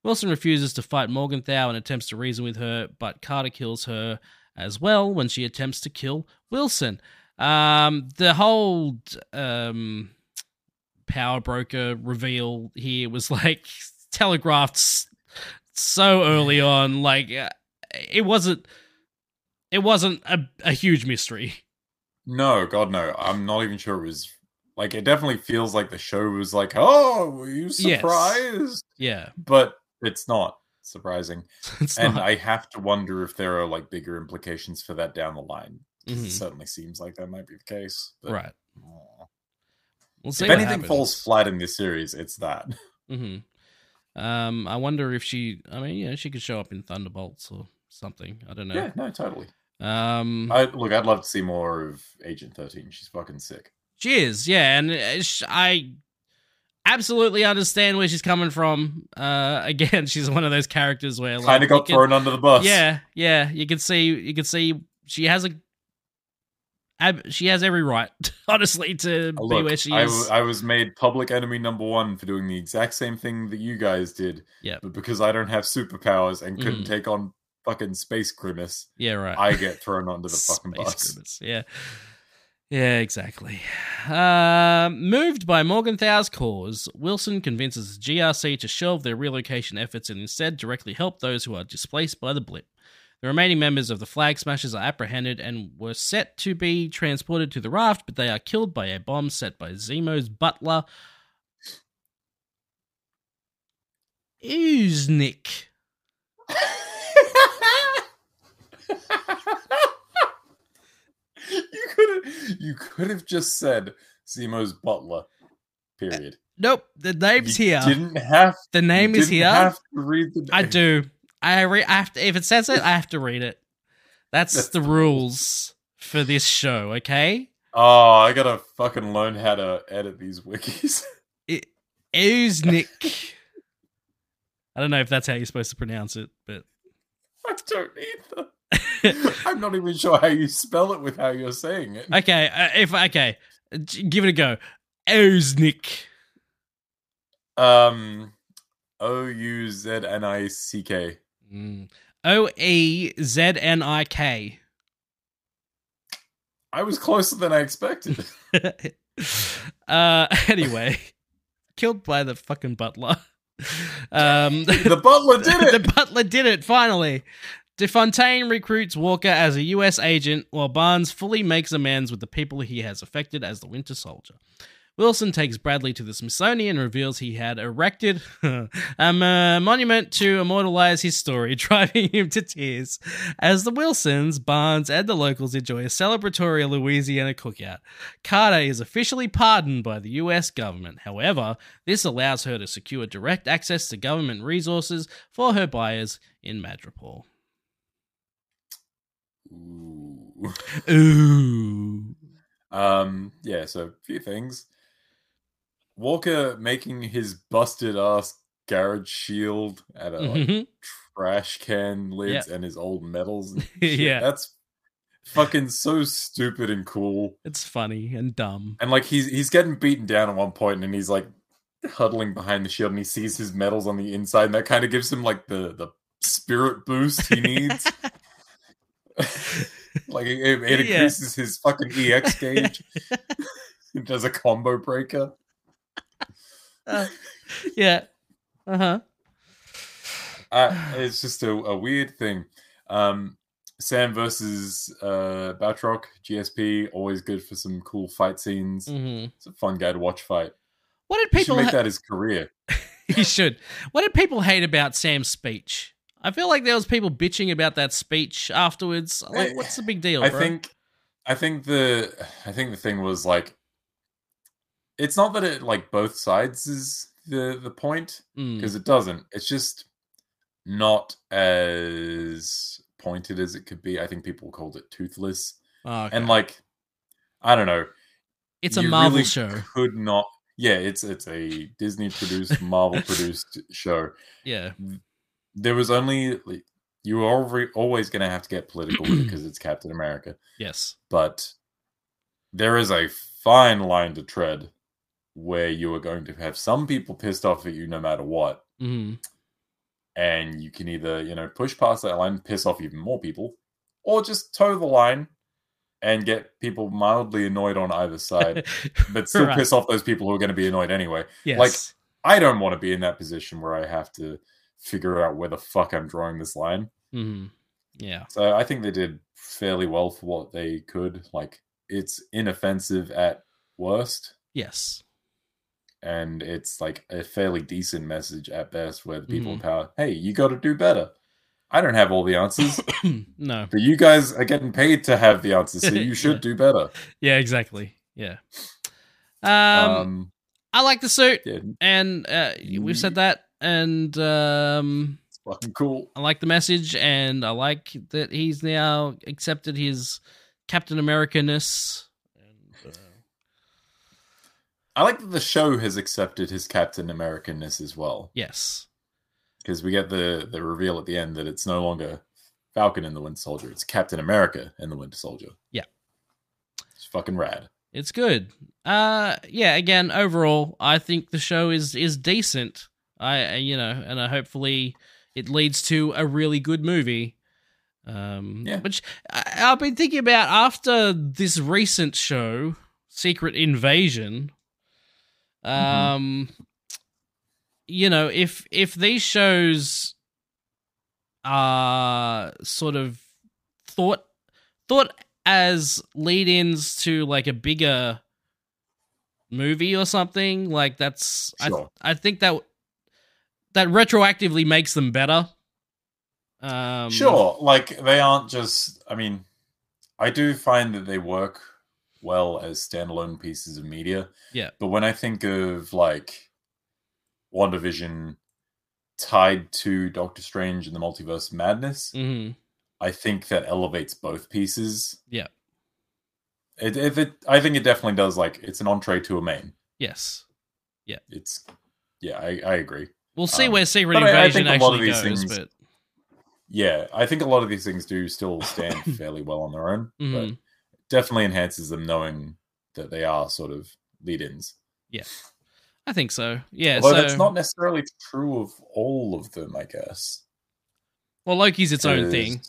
Wilson refuses to fight Morgenthau and attempts to reason with her, but Carter kills her as well when she attempts to kill Wilson. Um, the whole um, power broker reveal here was like telegraphed s- so early on. Like uh, it wasn't, it wasn't a, a huge mystery. No, God, no. I'm not even sure it was like it definitely feels like the show was like, oh, were you Yes. surprised? Yeah, But it's not surprising. it's and uh, not. I have to wonder if there are like bigger implications for that down the line. 'cause It Mhm. certainly seems like that might be the case. but- right. Aw. We'll see. If what anything falls happens. flat in this series, it's that. hmm Um, I wonder if she. I mean, yeah, she could show up in Thunderbolts or something. I don't Yeah, know. no, totally. Um, I look, I'd love to see more of Agent 13. She's fucking sick. she is, yeah, and uh, sh- I absolutely understand where she's coming from. Uh, again, she's one of those characters where like, Kind you of got can- thrown under the bus. Yeah, yeah, you can see, you can see she has a. ab- She has every right, honestly, to Uh, be Look, where she I, is. w- I was made public enemy number one for doing the exact same thing that you guys did. Yep. But because I don't have superpowers and couldn't Mm. take on fucking Space Grimace, yeah, right. I get thrown under the fucking Space bus. Grimace, Yeah. Yeah, exactly. Um, moved by Morgenthau's cause, Wilson convinces GRC to shelve their relocation efforts and instead directly help those who are displaced by the blip. The remaining members of the Flag Smashers are apprehended and were set to be transported to the raft, but they are killed by a bomb set by Zemo's butler, Uznik. you could have you could have just said Zemo's butler. Period. Nope, the name's You here. Didn't have The name you is didn't here. Have to read the I name. do. I, re- I have to, if it says it, I have to read it. That's, That's the rules for this show, okay? Oh, I gotta fucking learn how to edit these wikis. Uznik. I don't know if that's how you're supposed to pronounce it, but I don't either. I'm not even sure how you spell it with how you're saying it. okay. Uh, if okay, j- give it a go. Uznik. Um, O U Z N I C K. Mm. O e z n i k. I was closer than I expected. Uh, anyway, killed by the fucking butler. Um. the butler did it. the butler did it, finally. DeFontaine recruits Walker as a U.S. agent, while Barnes fully makes amends with the people he has affected as the Winter Soldier. Wilson takes Bradley to the Smithsonian and reveals he had erected um, a monument to immortalize his story, driving him to tears as the Wilsons, Barnes, and the locals enjoy a celebratory Louisiana cookout. Carter is officially pardoned by the US government. However, this allows her to secure direct access to government resources for her buyers in Madripoor. Ooh. Ooh. Um, yeah, so a few things. Walker making his busted ass garage shield out of like, Mhm. trash can lids and his old medals. And shit. Yeah. That's fucking so stupid and cool. It's funny and dumb. And like he's he's getting beaten down at one point and he's like huddling behind the shield and he sees his medals on the inside and that kind of gives him like the the spirit boost he needs. like it, it it Yeah. increases his fucking EX gauge. it does a combo breaker. Yeah. Uh huh. Uh, it's just a, a weird thing. Um, Sam versus uh, Batroc, GSP, always good for some cool fight scenes. hmm It's a fun guy to watch fight. What did He should people make ha- that his career. you should. What did people hate about Sam's speech? I feel like there was people bitching about that speech afterwards. Like, what's the big deal? Eh, I bro? think, I think the, I think the thing was like, it's not that it like both sides is the the point Mm. because it doesn't. It's just not as pointed as it could be. I think people called it toothless, Oh, okay. and like, I don't know. it's a you Marvel really show. Could not. Yeah, it's it's a Disney produced, Marvel produced show. Yeah. There was only like, you were alre- always going to have to get political with it because it's Captain America. Yes. but there is a fine line to tread where you are going to have some people pissed off at you no matter what hmm and you can either you know push past that line piss off even more people or just toe the line and get people mildly annoyed on either side, but still Right. piss off those people who are going to be annoyed anyway. Yes. Like, I don't want to be in that position where I have to figure out where the fuck I'm drawing this line. Mhm. Yeah. So I think they did fairly well for what they could. Like it's inoffensive at worst, Yes. and it's like a fairly decent message at best where the people in Mhm. power, hey, you gotta do better. I don't have all the answers, no. but you guys are getting paid to have the answers, so you should Yeah. do better. Yeah. Exactly. Yeah. Um, Um, I like the suit, yeah, and uh, we've said that, and um, it's fucking cool. I like the message, and I like that he's now accepted his Captain America ness. I like that the show has accepted his Captain Americanness as well. Yes. Because we get the, the reveal at the end that it's no longer Falcon and the Winter Soldier, it's Captain America and the Winter Soldier. Yeah. It's fucking rad. It's good. Uh yeah, again, overall, I think the show is is decent. I I- you know, and I hopefully it leads to a really good movie. Um Yeah. which I, I've been thinking about after this recent show, Secret Invasion. Um you know, if if these shows are sort of thought thought as lead-ins to like a bigger movie or something like that's Sure. I, I think that that retroactively makes them better um sure. Like, they aren't just. I mean, I do find that they work well as standalone pieces of media. Yeah. But when I think of, like, WandaVision tied to Doctor Strange and the Multiverse of Madness, hmm I think that elevates both pieces. Yeah. It, if it, I think it definitely does. Like, it's an entree to a main. yes It's, yeah, I, I agree. we'll see Um, where secret but I- I invasion think a lot of actually these goes things- but Yeah, I think a lot of these things do still stand fairly well on their own, but Mhm. definitely enhances them knowing that they are sort of lead-ins. i think so yeah Although so that's not necessarily true of all of them, I guess. well loki's its own 'cause thing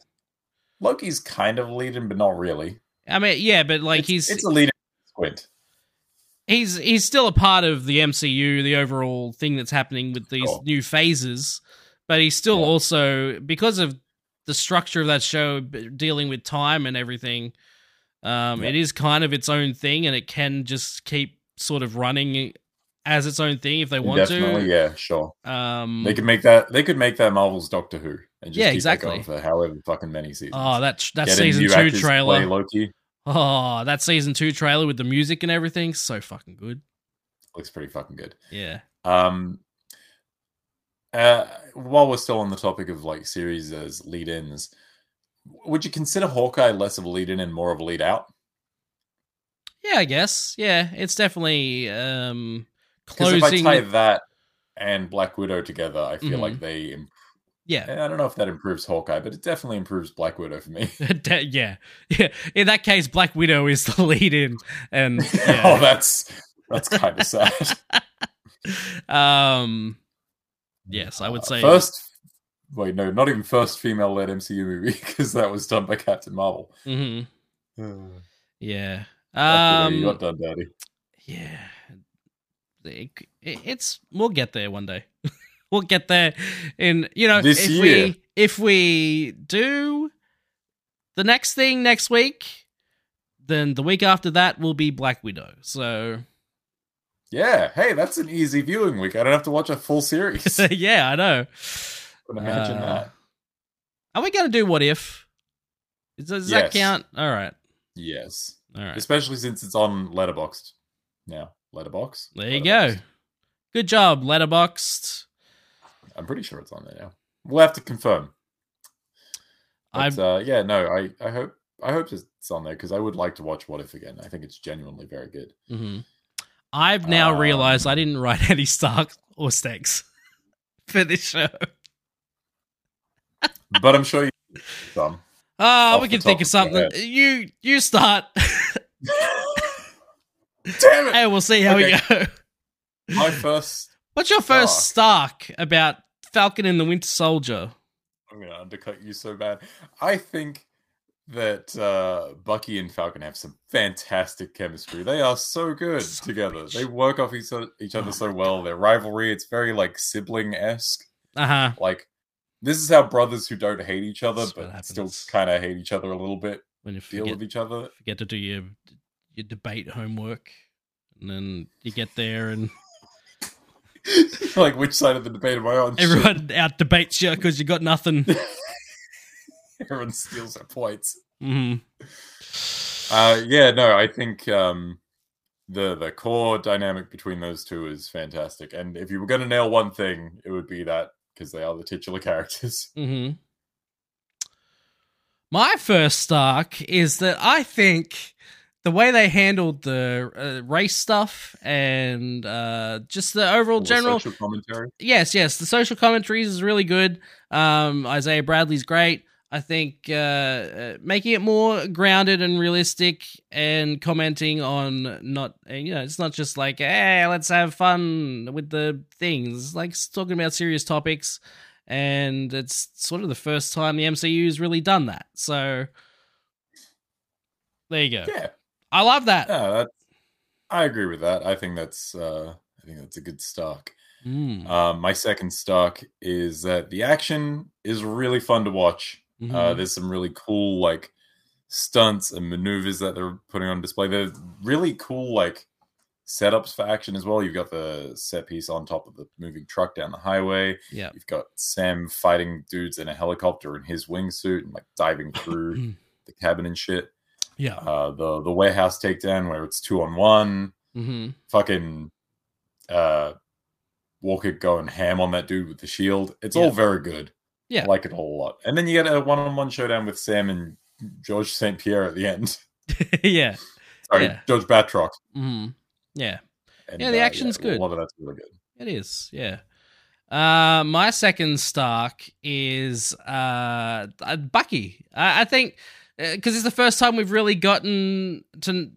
Loki's kind of a lead-in, but not really. i mean yeah but like it's, he's it's a lead-in squint. he's he's still a part of the MCU, the overall thing that's happening with these Sure. new phases, but he's still Yeah. also because of the structure of that show b- dealing with time and everything. Um, Yeah. It is kind of its own thing, and it can just keep sort of running as its own thing if they want Definitely, yeah, sure. to. Um, They could make that. They could make that Marvel's Doctor Who, and just Yeah, keep that going exactly. for however fucking many seasons. oh, that tr- that Get in season new two actors to Play trailer. Loki Oh, that season two trailer with the music and everything, so fucking good. looks pretty fucking good. Yeah. Um, uh, while we're still on the topic of like series as lead-ins, would you consider Hawkeye less of a lead-in and more of a lead-out? Yeah, I guess. Yeah, it's definitely um Because closing. if I tie with- that and Black Widow together, I feel like Mm-hmm. they. Imp- yeah, I don't know if that improves Hawkeye, but it definitely improves Black Widow for me. De- yeah, yeah. In that case, Black Widow is the lead-in, and oh, yeah. that's that's kind of sad. um, yes, I would Uh, say first. Wait, no, not even first female-led MCU movie because that was done by Captain Marvel. Mhm. Black yeah, Widow, you got um, done dirty. yeah. It- it- it's we'll get there one day. we'll get there, in you know, This if year. we if we do the next thing next week, then the week after that will be Black Widow. So Yeah, hey, that's an easy viewing week. I don't have to watch a full series. I yeah, I know. can imagine Uh, that. Are we going to do what if? Is- Does, that Yes. count? All right. Yes, All right. especially since it's on Letterboxd now. Letterbox. There you Letterboxd. go. Good job, Letterboxd. I'm pretty sure it's on there now. We'll have to confirm. But I've- uh, yeah, no, I, I hope I hope it's on there because I would like to watch What If again. I think it's genuinely very good. Mhm. I've now Um, realized I didn't write any Stark or Stakes for this show. But I'm sure you some. Oh, Off we the can think top of of my something. You you start, Damn it! and we'll see how we go. My first. What's your first Stark about Falcon and the Winter Soldier? I'm gonna undercut you so bad. I think that uh, Bucky and Falcon have some fantastic chemistry. They are so good Son of a together. bitch. They work off each other, each other Oh so well. Their rivalry, it's very like sibling esque. Uh huh. Like this is how brothers who don't hate each other That's what but still happens. kind of hate each other a little bit When you deal forget, with each other. forget to do your your debate homework, and then you get there and like which side of the debate am I on? Shit, everyone out debates you because you got nothing. Everyone steals their points. hmm Uh, yeah, no, I think um, the the core dynamic between those two is fantastic. And if you were going to nail one thing, it would be that because they are the titular characters. hmm My first Stark is that I think the way they handled the uh, race stuff and uh, just the overall All the general social commentary. yes, yes, the social commentaries is really good. Um, Isaiah Bradley's great. I think uh, uh, making it more grounded and realistic, and commenting on not uh, you know it's not just like hey let's have fun with the things like it's talking about serious topics, and it's sort of the first time the MCU's really done that. So there you go. Yeah, I love that. yeah, that, I agree with that. I think that's uh, I think that's a good stock. Mm, Um, my second stock is that the action is really fun to watch. Uh, mhm. there's some really cool like stunts and maneuvers that they're putting on display. They're really cool like setups for action as well. You've got the set piece on top of the moving truck down the highway. yeah. You've got Sam fighting dudes in a helicopter in his wingsuit and like diving through the cabin and shit. Yeah. Uh, the the warehouse takedown where it's two on one. hmm Fucking uh, Walker going ham on that dude with the shield. It's Yeah. all very good. Yeah. I like it a whole lot. And then you get a one-on-one showdown with Sam and George St. Pierre at the end. yeah. Sorry, Yeah. George Batroc. hmm Yeah. And, uh, Yeah, the action's good. A lot of that's really good. It is, yeah. Uh, my second Stark is uh, uh, Bucky. I, I think because it's the first time we've really gotten to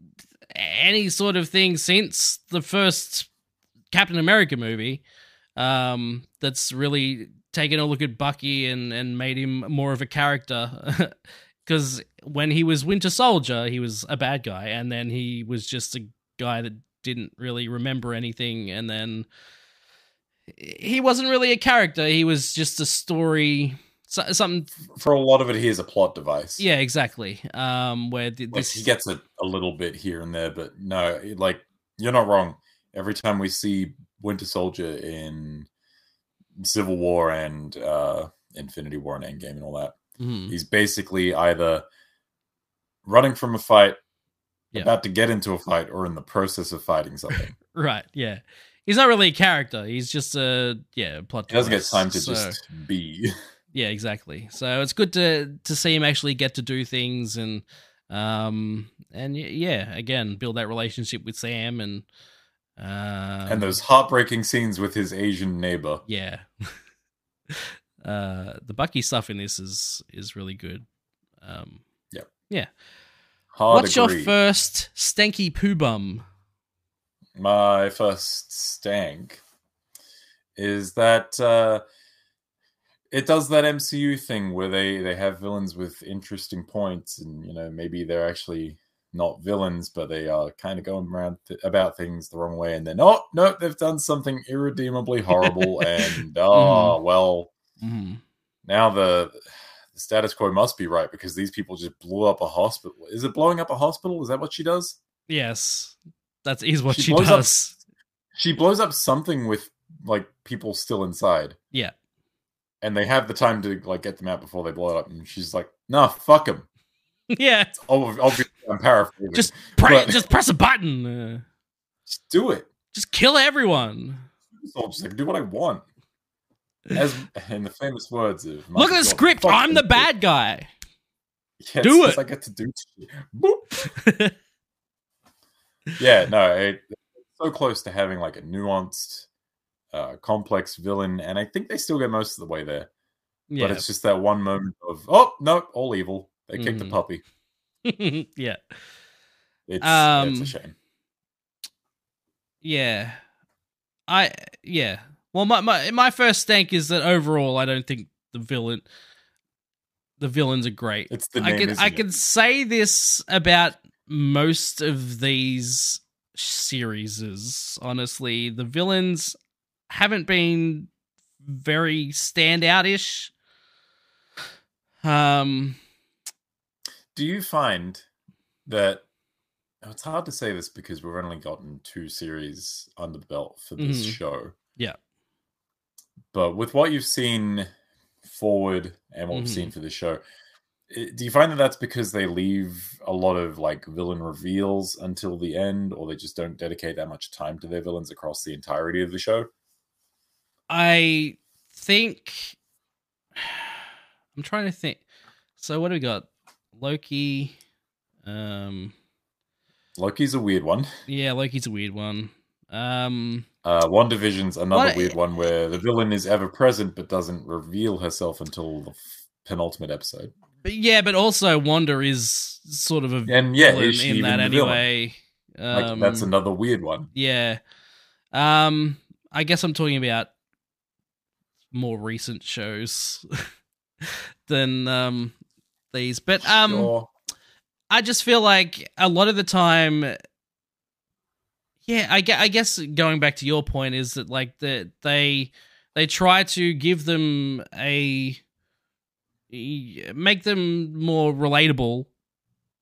any sort of thing since the first Captain America movie. Um, that's really taken a look at Bucky and and made him more of a character. Because when he was Winter Soldier, he was a bad guy, and then he was just a guy that didn't really remember anything, and then he wasn't really a character. He was just a story, so, something. For a lot of it, he is a plot device. Yeah, exactly. Um, where th- Like, this he gets it a little bit here and there, but no, it- like, you're not wrong. Every time we see Winter Soldier in Civil War and uh, Infinity War and Endgame and all that, Mhm. he's basically either running from a fight, Yeah. about to get into a fight, or in the process of fighting something. right. Yeah, he's not really a character. He's just a yeah plot. He doesn't get device. time to So- just be. yeah, exactly. So it's good to to see him actually get to do things and um and y- yeah, again, build that relationship with Sam and uh and those heartbreaking scenes with his Asian neighbor. yeah. uh the Bucky stuff in this is is really good. Um Hard what's agree. your first stanky poo bum? My first stank is that uh, it does that MCU thing where they they have villains with interesting points, and you know maybe they're actually not villains, but they are kind of going around th- about things the wrong way, and then oh no, they've done something irredeemably horrible, and oh well, Mm-hmm. Mhm. now the the status quo must be right because these people just blew up a hospital. Is it blowing up a hospital? Is that what she does? Yes. That's is what she, She blows up- does. She blows up something with like people still inside. Yeah. And they have the time to like get them out before they blow it up. And she's like, nah, fuck them. yeah. Obviously, I'm paraphrasing. Just Pre- But- just press a button. Uh, Just do it. just kill everyone. So just like, do what I want. As in the famous words of Look Michael at the Jordan, script. "Fuck I'm the this bad guy. shit." Yeah, Do it's 'cause it. I get to do shit. Boop. yeah no it, it's so close to having like a nuanced uh complex villain and i think they still get most of the way there Yeah. but it's just that one moment of oh no all evil they Mhm. kicked the puppy yeah. it's, it's Um, a shame Yeah. I yeah. Well my, my my first stank is that overall I don't think the villain the villains are great. It's the I name, can isn't I it? can say this about most of these series. Honestly, the villains haven't been very standout ish. Um, Do you find that oh, it's hard to say this because we've only gotten two series under the belt for this Mhm. show? Yeah. But with what you've seen forward and what we've Mhm. seen for this show, i- do you find that that's because they leave a lot of like villain reveals until the end, or they just don't dedicate that much time to their villains across the entirety of the show? I think I'm trying to think. So what do we got? Loki. Um, Loki's a weird one. yeah, Loki's a weird one. Um, Uh, One Division's another What- weird one where the villain is ever present but doesn't reveal herself until the f- penultimate episode. but yeah, but also Wanda is sort of a And yeah, villain is she in even that the villain? anyway. Like, Um, that's another weird one. yeah. Um, I guess I'm talking about more recent shows than um these, but um. Sure. I just feel like a lot of the time, yeah, I, gue- I guess going back to your point is that like the, they they try to give them a make them more relatable,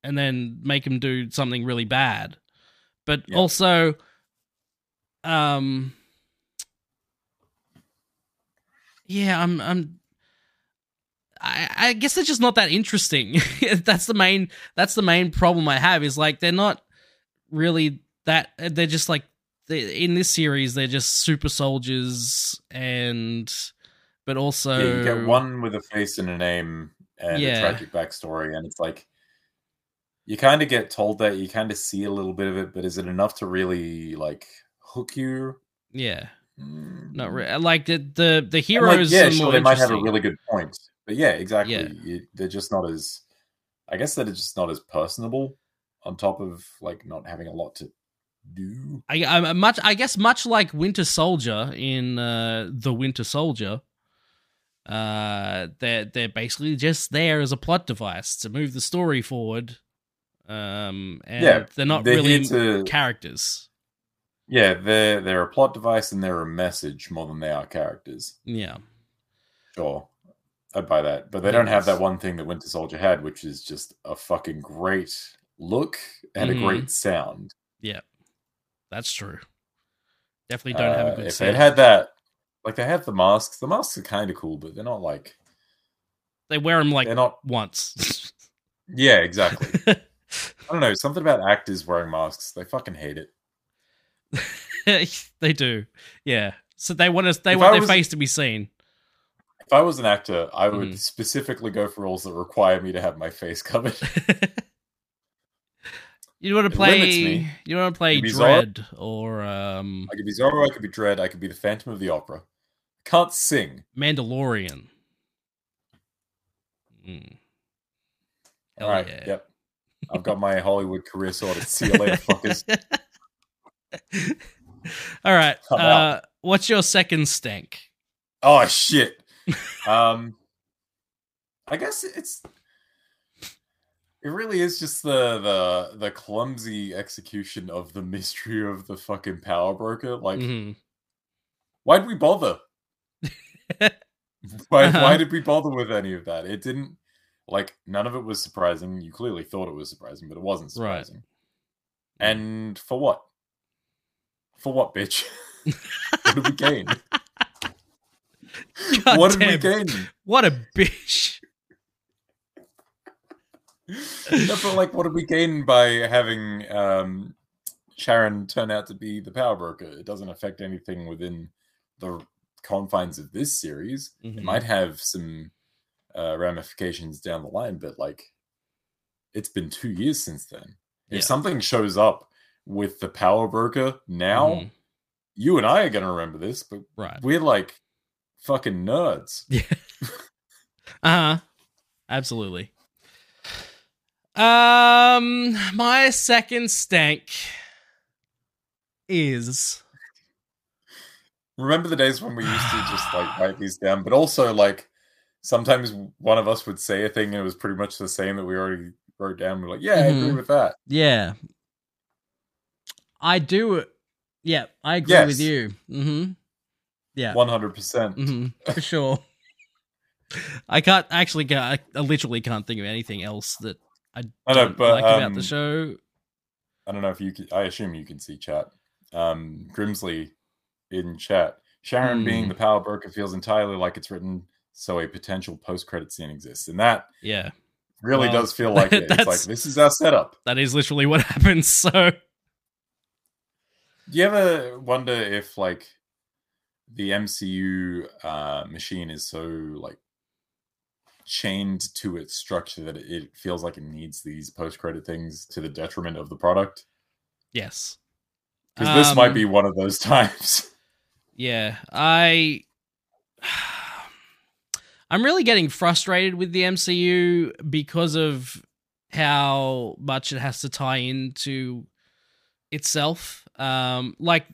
and then make them do something really bad, but Yeah. also, um, yeah, I'm I'm. I, I guess they're just not that interesting. that's the main that's the main problem I have is like they're not really that they're just like they in this series they're just super soldiers and but also yeah, you get one with a face and a name and Yeah. a tragic backstory, and it's like you kind of get told that you kind of see a little bit of it, but is it enough to really like hook you? yeah Mm. not re- uh, like the the the And, like, heroes yeah, are sure, more they might have a interesting. really good point, but yeah, exactly. Yeah. You- they're just not as, I guess, they're just not as personable. On top of like not having a lot to do. I, I'm a much, I guess, much like Winter Soldier in uh, the Winter Soldier, uh, they're they're basically just there as a plot device to move the story forward. Um, and Yeah, they're not they're really here to- characters. Yeah, they're they're a plot device and they're a message more than they are characters. Yeah, Sure. I'd buy that. But they don't have that one thing that Winter Soldier had, which is just a fucking great look and Mhm. a great sound. that's true. Definitely don't have Uh, a good if sound. they had that like they have the masks. The masks are kind of cool, but they're not like they wear them like they're not once. Yeah, exactly. I don't know. Something about actors wearing masks. They fucking hate it. they do. Yeah. So they want us. They If want I their was- face to be seen. If I was an actor, I would Mhm. specifically go for roles that require me to have my face covered. you want It to play? limits me. You want to play It'd be Zorro. Dread or um, I could be Zorro, I could be Dread, I could be the Phantom of the Opera. I can't sing. Mandalorian? Mm. Hell All right. Yep. I've got my Hollywood career sorted. See you later, fuckers. All right. I'm Uh, what's your second stank? Oh shit. Um, I guess it's it really is just the the the clumsy execution of the mystery of the fucking power broker. Like, Mhm. why'd we bother? why Uh-huh. why did we bother with any of that? It didn't like none of it was surprising. You clearly thought it was surprising, but it wasn't Right. surprising. And for what? For what, bitch? what did we gain? God what did we damn. gain? What a bitch! No, but like, what did we gain by having um, Sharon turn out to be the power broker? It doesn't affect anything within the confines of this series. Mhm. It might have some uh, ramifications down the line, but like, it's been two years since then. Yeah. If something shows up with the power broker now, Mhm. you and I are going to remember this, but right? we're like fucking nerds. Yeah. uh huh. Absolutely. Um, my second stank is Remember the days when we used to just like write these down, but also like sometimes one of us would say a thing and it was pretty much the same that we already wrote down. We're like, yeah, I agree Mhm. with that. Yeah. I do. Yeah, I agree Yes. with you. hmm Yeah. One hundred percent. hmm For sure. I can't actually. ca- I, I literally can't think of anything else that I don't I know, but, like about um, the show. I don't know if you can, I assume you can see chat. Um, Grimsley in chat. Sharon Hmm. being the power broker feels entirely like it's written, so a potential post credit scene exists. And that Yeah, really Well, does feel like it. It's like that's- this is our setup. that is literally what happens. So Do you ever wonder if like the MCU uh, machine is so like chained to its structure that it feels like it needs these post credit things to the detriment of the product? yes, Because this might Um, be one of those times. Yeah, I I'm really getting frustrated with the MCU because of how much it has to tie into itself. Um like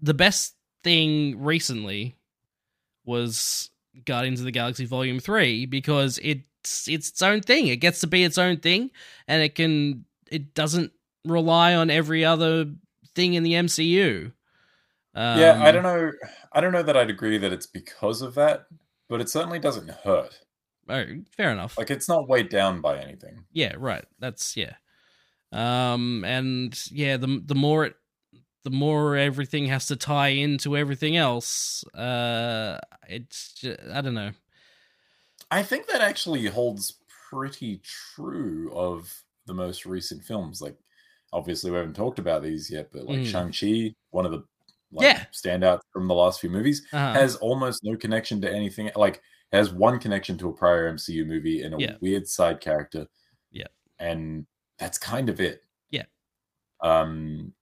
the best thing recently was Guardians of the Galaxy Volume 3 because it's it's its own thing. It gets to be its own thing and it can it doesn't rely on every other thing in the MCU. Um, yeah, I don't know. I don't know that I'd agree that it's because of that, but it certainly doesn't hurt. Oh, fair enough. Like it's not weighed down by anything. yeah, right. That's yeah. Um, and yeah, the the more it, the more everything has to tie into everything else. Uh, it's ju- I don't know. I think that actually holds pretty true of the most recent films. Like, obviously, we haven't talked about these yet, but like Mm. Shang Chi, one of the like, Yeah. standouts from the last few movies, Uh-huh. has almost no connection to anything. Like, has one connection to a prior MCU movie and a Yeah. weird side character. Yeah. and that's kind of it. Yeah. Uh, Um,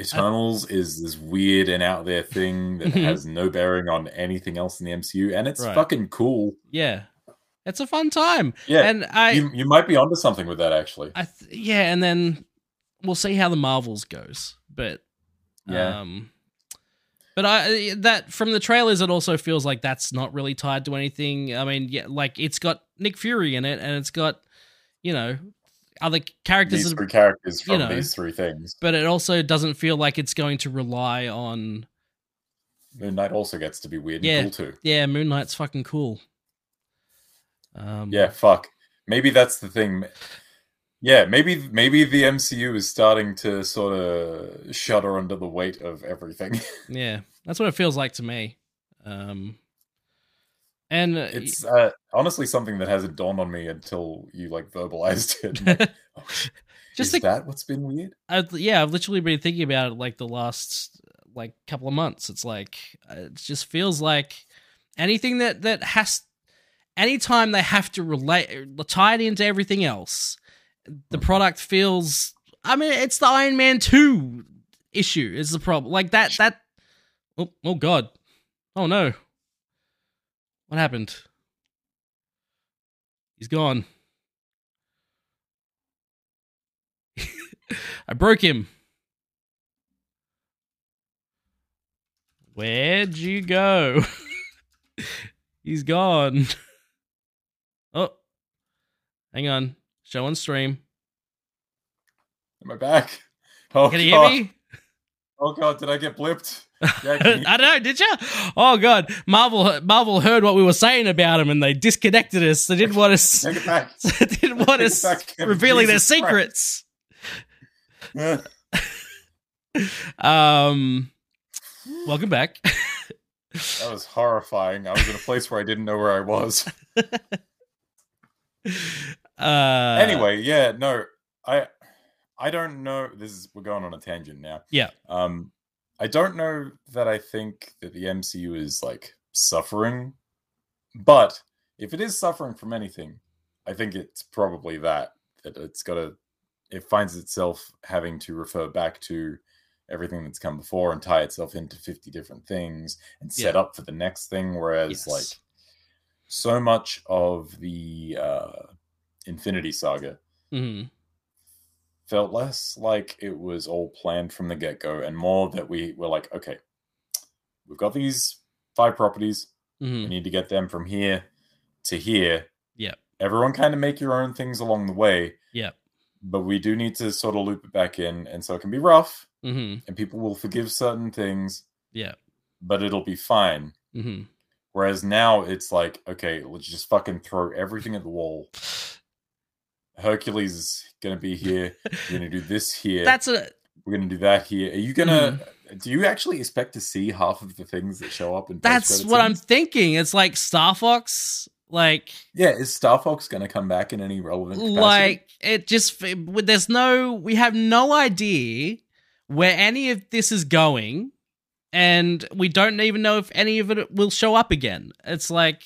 Eternals is this weird and out there thing that Mhm. has no bearing on anything else in the MCU, and it's Right. fucking cool. yeah, it's a fun time, Yeah, and I you, you might be onto something with that actually. I th- yeah, and then we'll see how the Marvels goes, but Yeah. Um, but I that from the trailers, it also feels like that's not really tied to anything. I mean, yeah, like it's got Nick Fury in it, and it's got you know other characters, these three characters you from know. these three things. but it also doesn't feel like it's going to rely on. Moon Knight also gets to be weird Yeah. and cool too. Yeah, Moon Knight's fucking cool. Um, Yeah, fuck. Maybe that's the thing. Yeah, maybe maybe the MCU is starting to sort of shudder under the weight of Uh, everything. yeah, that's what it feels like to me. Um, and uh, It's uh, honestly something that hasn't dawned on me until you like verbalized it. I'm like, oh, shit, just is the that what's been weird? I've, yeah, I've literally been thinking about it like the last like couple of months. It's like it just feels like anything that that has anytime they have to relate tie it into everything else, the Mhm. product feels. I mean, it's the Iron Man two issue is the problem. Like that that. Oh, oh God! Oh no! What happened? He's gone. I broke him. Where'd you go? He's gone. Oh, hang on. Show on stream. Am I back? Oh Can god! you hear me? Oh god! Did I get blipped? Yeah, can you- I don't know. Did you? Oh god, Marvel! Marvel heard what we were saying about him, and they disconnected us. They didn't want us. Take it back. they didn't want us Take it back. revealing Jesus their Christ. secrets. Um, welcome back. That was horrifying. I was in a place where I didn't know where I was. Uh, anyway, yeah, no, I, I don't know. This is we're going on a tangent now. Yeah. Um, I don't know that I think that the MCU is like suffering, but if it is suffering from anything, I think it's probably that that it's got to. It finds itself having to refer back to everything that's come before and tie itself into 50 different things and set up for the next thing. Whereas, Yes. like, so much of the uh, Infinity Saga mhm. felt less like it was all planned from the get go and more that we were like, okay, we've got these five properties. Mhm. Mm-hmm. We need to get them from here. to here. Yep. Everyone kind of make your own things along the way. Yep. But we do need to sort of loop it back in. And so it can be rough hmm and people will forgive certain things, Yeah. but it'll be fine. hmm Whereas now it's like, okay, let's just fucking throw everything at the wall. Hercules is gonna be here. We're gonna do this here. That's a We're gonna do that here. Are you gonna? Mm-hmm. Do you actually expect to see half of the things that show up? In that's post-credit what I'm scenes? thinking. It's like Star Fox. Like Yeah, is Star Fox gonna come back in any relevant? Capacity? like it just it- there's no we have no idea where any of this is going and we don't even know if any of it will show up again it's like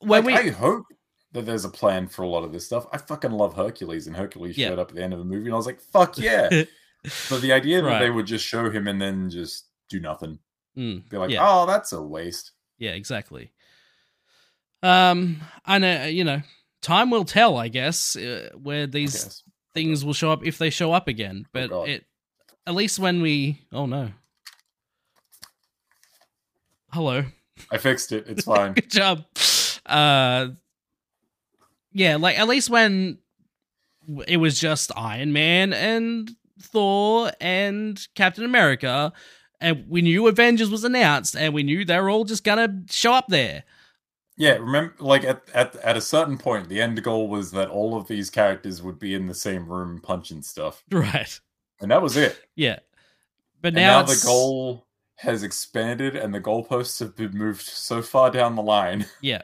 when Like, we I hope that there's a plan for a lot of this stuff. I fucking love Hercules, and Hercules Yeah. showed up at the end of the movie, and I was like, fuck yeah. but the idea that Right. they would just show him and then just do nothing, Mm, be like, Yeah. oh, that's a waste. yeah exactly um i know you know time will tell i guess uh, where I these guess. things will show up if they show up again but Oh, God. it at least when we oh no hello I fixed it. It's fine. good job uh yeah like at least when it was just iron man and thor and captain america and we knew avengers was announced and we knew they were all just gonna show up there yeah, remember, like at, at at a certain point, the end goal was that all of these characters would be in the same room punching stuff, right and that was it. yeah but And now, now, the it's- goal has expanded, and the goalposts have been moved so far down the line. yeah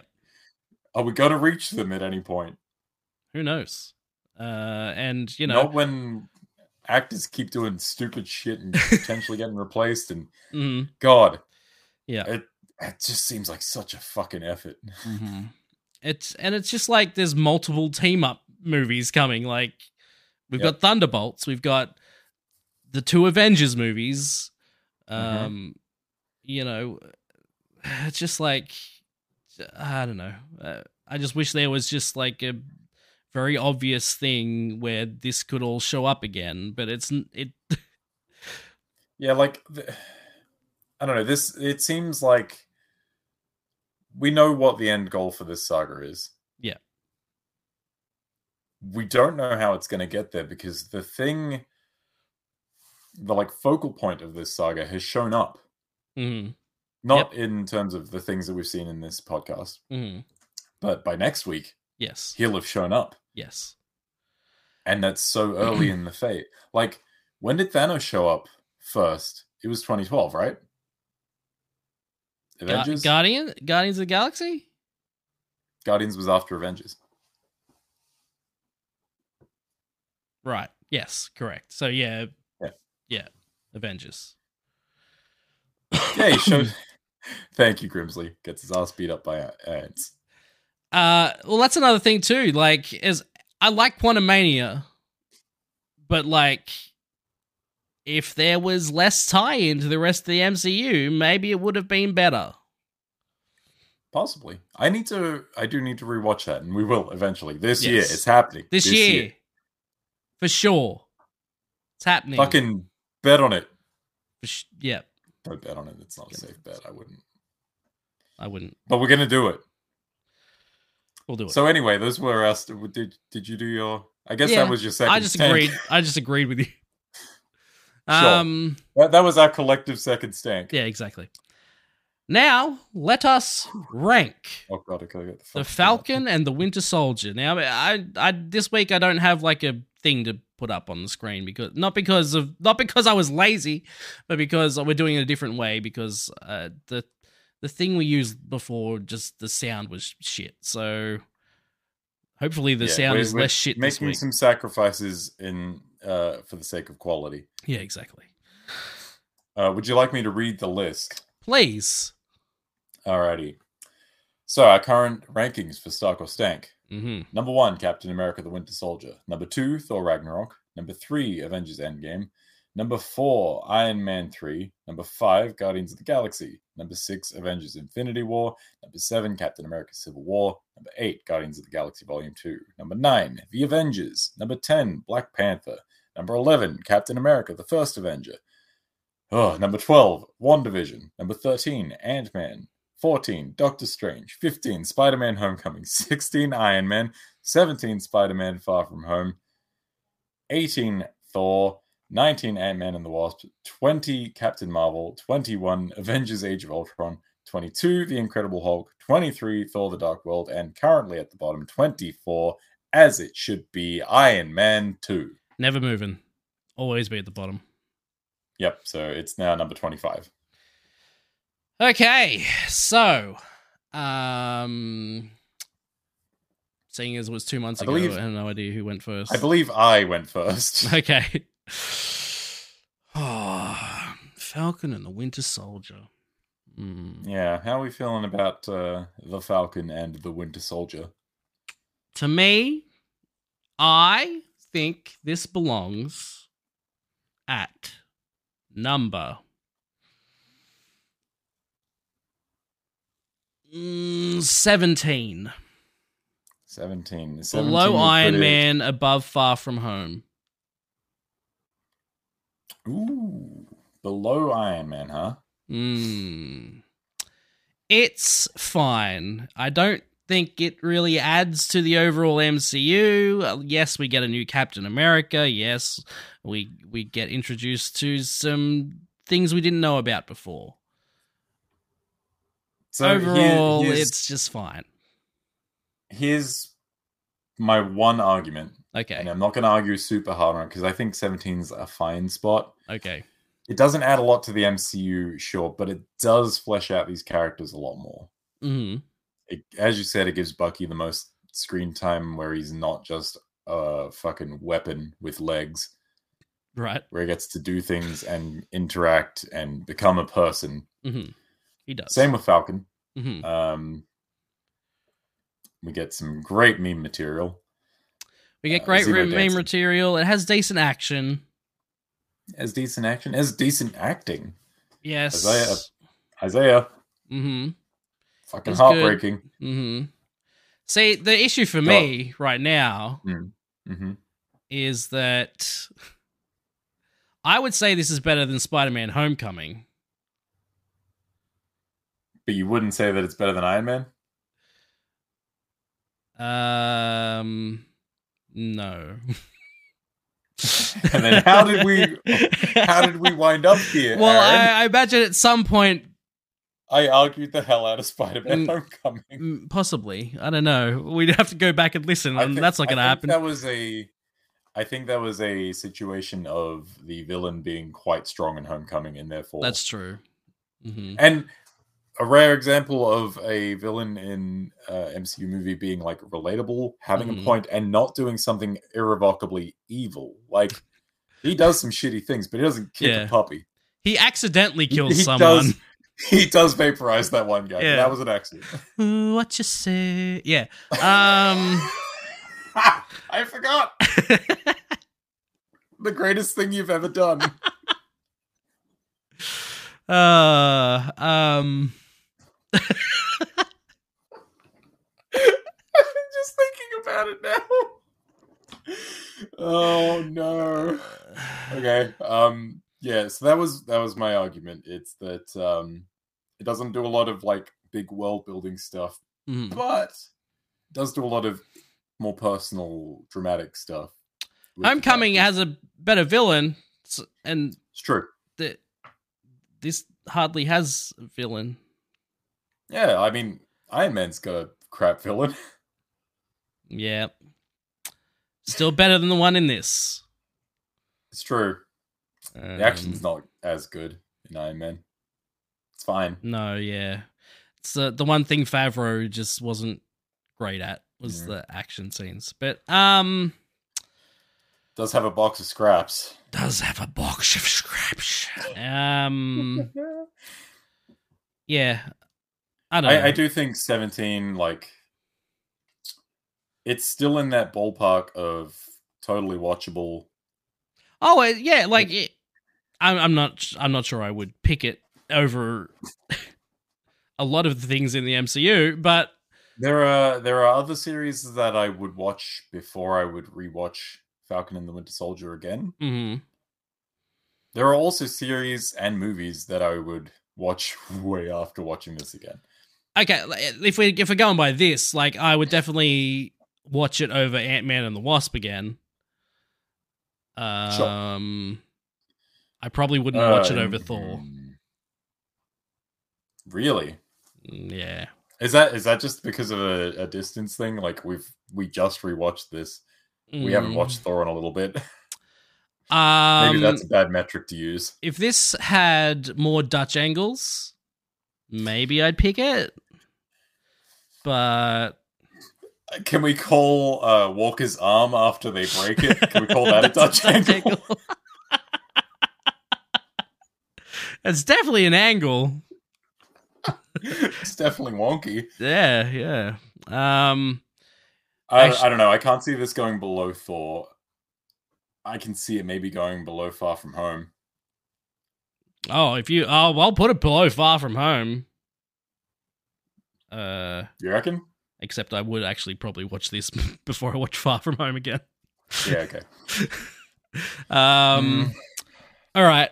Are we going to reach them at any point? who knows uh and you know not when actors keep doing stupid shit and potentially getting replaced. And mhm, God, yeah it it just seems like such a fucking effort. Mm-hmm. It's and it's just like there's multiple team up movies coming. Like we've Yep. got Thunderbolts, we've got the two Avengers movies. Um, Mhm. you know, it's just like I don't know. Uh, I just wish there was just like a very obvious thing where this could all show up again, but it's n- it. Yeah, like the, I don't know. This it seems like we know what the end goal for this saga is. Yeah. We don't know how it's going to get there because the thing, the like focal point of this saga has shown up. Mhm, Not in terms of the things that we've seen in this podcast, mhm. but by next week Yes. he'll have shown up. Yes. And that's so early in the fate. Like, when did Thanos show up first? It was 2012, right? Ga- Avengers? Guardian Guardians of the Galaxy. Guardians was after Avengers. Right. Yes. Correct. So yeah. Yeah. Yeah. Avengers. Yeah, he showed. Thank you, Grimsley. Gets his ass beat up by a- ants. Uh. Well, that's another thing too. Like, is I like Quantumania, but like, if there was less tie into the rest of the MCU, maybe it would have been better. Possibly. I need to. I do need to rewatch that, and we will eventually. This year, Yes. it's happening. This, year, for sure, it's happening. Fucking bet on it. For sh- yeah. Don't bet on it. It's not a safe bet. I wouldn't. I wouldn't. But we're gonna do it. We'll do it. So anyway, those were us. Did did you do your? I guess Yeah, that was your second. I just stank. agreed. I just agreed with you. Sure. Um. That, that was our collective second stank. Yeah, exactly. Now, let us rank Oh god, I gotta get the the Falcon. Falcon and the Winter Soldier. Now, I, I, this week I don't have like a thing to put up on the screen because not because of not because I was lazy, but because we're doing it a different way because uh, the the thing we used before just the sound was shit. So hopefully the Yeah, sound we're- is we're less shit this Making week. some sacrifices in uh, for the sake of quality. yeah, exactly. Uh, would you like me to read the list? Please. Alrighty. So our current rankings for Stark or Stank. hmm Number one, Captain America: The Winter Soldier. Number two, Thor: Ragnarok. Number three, Avengers: Endgame. Number four, Iron Man 3. Number five, Guardians of the Galaxy. Number six, Avengers: Infinity War. Number seven, Captain America: Civil War. Number eight, Guardians of the Galaxy Volume Two. Number nine, The Avengers. Number ten, Black Panther. Number eleven, Captain America: The First Avenger. Oh, number twelve, WandaVision. Number thirteen, Ant Man. 14, Doctor Strange. 15, Spider Man Homecoming. 16, Iron Man. 17, Spider Man Far From Home. 18, Thor. 19, Ant Man and the Wasp. 20, Captain Marvel. 21, Avengers Age of Ultron. 22, The Incredible Hulk. 23, Thor the Dark World. And currently at the bottom, 24, as it should be, Iron Man 2. Never moving. Always be at the bottom. Yep, so it's now number 25. Okay, so um seeing as it was two months I ago, believe- I have no idea who went first. I believe I went first. Okay. Oh, Falcon and the Winter Soldier. Mm. Yeah, how are we feeling about uh, the Falcon and the Winter Soldier? To me, I think this belongs at number. Mm, 17. 17. 17 Below was Iron pretty- Man, above Far From Home. Ooh, below Iron Man, huh? Mm. It's fine. I don't think it really adds to the overall MCU. Uh, Yes, we get a new Captain America. Yes, we we get introduced to some things we didn't know about before. So here- overall, here's, it's just fine. here's my one argument, Okay. and I'm not going to argue super hard on it because I think 17's a fine spot. Okay. It doesn't add a lot to the MCU, sure, but it does flesh out these characters a lot more. hmm it, as you said, it gives Bucky the most screen time where he's not just a fucking weapon with legs, Right. where he gets to do things and interact and become a person. hmm He does. Same with Falcon. hmm Um, we get some great meme material. We get uh, great Zemo room main dancing. material. It has decent action. As decent action, as decent acting. Yes. Isaiah- Isaiah, hmm fucking That's good. heartbreaking. hmm See, the issue for me right now hmm is that I would say this is better than Spider Man Homecoming. But you wouldn't say that it's better than Iron Man? Um, no. And then how did we- How did we wind up here? Well, Aaron? I, I imagine at some point, I, argued the hell out of Spider Mm. Man Homecoming. mm, possibly. I don't know. We'd have to go back and listen. I and thi- Mm, that's not I going to think happen. That was a, I think that was a situation of the villain being quite strong in Homecoming, and therefore That's true. hmm and a rare example of a villain in uh, MCU movie being like relatable, having Mhm. a point, and not doing something irrevocably evil. Like he does some shitty things, but he doesn't kick Yeah. a puppy. He accidentally He- kills he someone. Does, he does vaporize that one guy. but Yeah. That was an accident. Ooh, what you say? Yeah. Um. I forgot. the greatest thing you've ever done. Uh, um, Just thinking about it now. Oh no. Okay. Um yeah, so that was that was my argument. It's that um it doesn't do a lot of like big world building stuff, mm, but it does do a lot of more personal dramatic stuff. with the Homecoming characters. has a better villain, s- and it's true. the, this hardly has a villain. Yeah, I mean Iron Man's got a crap villain. Yeah. Still better than the one in this. It's true. The Um, action's not as good in Iron Man. It's fine. No, yeah. It's the, the one thing Favreau just wasn't great at was Yeah. the action scenes. But, um, Does have a box of scraps. does have a box of scraps. Um, yeah. I don't know. I, I do think 17, like, it's still in that ballpark of totally watchable. Oh it- yeah, like it, I'm, I'm not. s- I'm not sure I would pick it over a lot of the things in the MCU, but There are there are other series that I would watch before I would rewatch Falcon and the Winter Soldier again. mhm. There are also series and movies that I would watch way after watching this again. okay, uh, if we if we're going by this, like I would definitely watch it over Ant Man and the Wasp again. Um, I probably wouldn't watch it Uh, over Thor. Really? mm. Yeah, Is that is that just because of a, a distance thing? Like we've we just rewatched this. We haven't Mm. watched Thor in a little bit. Maybe Um, that's a bad metric to use. if this had more Dutch angles, maybe I'd pick it. But Can we call uh, Walker's arm after they break it? Can we call that a That's Dutch angle? it's definitely an angle. it's definitely wonky. Yeah, yeah. Um, I, Actu- I don't know. I can't see this going below Thor. I can see it maybe going below Far From Home. oh, if you, oh, well, I'll put it below Far From Home. Uh, You reckon? except I would actually probably watch this before I watch Far From Home again. Yeah. Okay. Um, all right.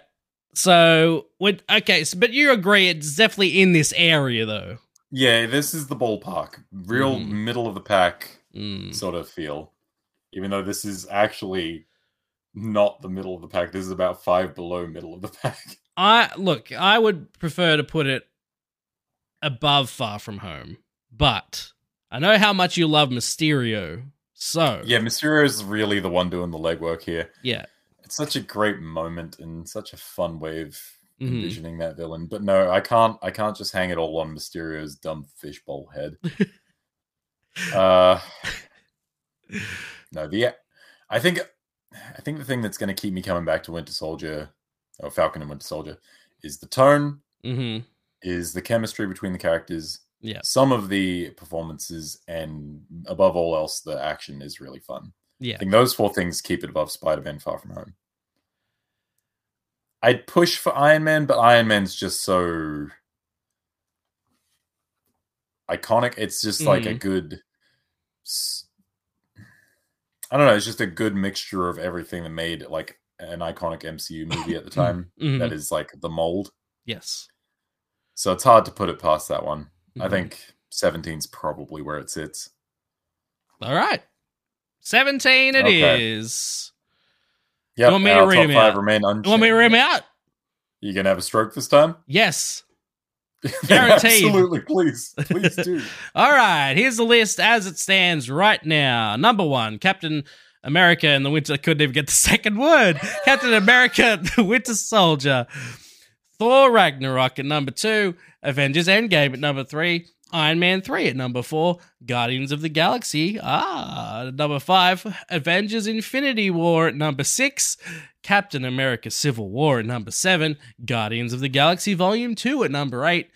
So, would okay, so, but you agree it's definitely in this area though. Yeah. This is the ballpark, real Mm. middle of the pack Mm. sort of feel. Even though this is actually not the middle of the pack. This is about five below middle of the pack. I look, I would prefer to put it above Far From Home, but I know how much you love Mysterio. So, Yeah. Mysterio is really the one doing the legwork here. yeah. It's such a great moment and such a fun way of Mhm. envisioning that villain. But no, I can't. I can't just hang it all on Mysterio's dumb fishbowl head. uh, no, the I think I think the thing that's going to keep me coming back to Winter Soldier or Falcon and Winter Soldier is the tone, Mhm. is the chemistry between the characters. Yeah. some of the performances, and above all else, the action is really fun. I Yeah. think those four things keep it above Spider Man Far From Home. I'd push for Iron Man, but Iron Man's just so iconic. It's just like a Mhm. good. s- I don't know. It's just a good mixture of everything that made like an iconic MCU movie at the time. Mhm. that is like the mold. Yes. So it's hard to put it past that one. I Mhm. think 17's probably where it sits. All right. 17 it is. Okay. Yeah, want me to our read top 'em five out? remain unchanged. You want me to read 'em out? You gonna have a stroke this time? Yes. Yeah, Guaranteed. Absolutely, please, please do. All right, here's the list as it stands right now. Number one, Captain America and the Winter. I couldn't even get the second word. Captain America, the Winter Soldier. Thor Ragnarok at number two. Avengers Endgame at number three. Iron Man 3 at number four. Guardians of the Galaxy. Ah, at number five. Avengers Infinity War at number six. Captain America Civil War at number seven. Guardians of the Galaxy Volume 2 at number eight.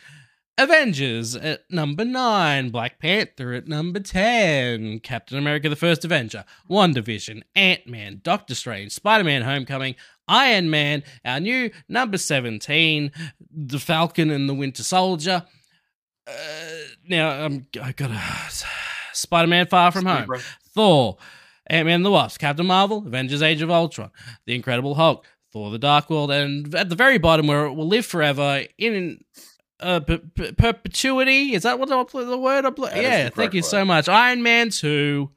Avengers at number nine, Black Panther at number ten, Captain America: The First Avenger, One Division, Ant Man, Doctor Strange, Spider Man: Homecoming, Iron Man, our new number seventeen, The Falcon and the Winter Soldier. Uh, now I'm I gotta Spider Man: Far From Home, Thor, Ant Man and the Wasp, Captain Marvel, Avengers Age of Ultron, The Incredible Hulk, Thor the Dark World, and at the very bottom where it will live forever in uh, per- per- perpetuity. Is that what the, the word? I bl- That is yeah, the thank correct you so word. much. Iron Man 2,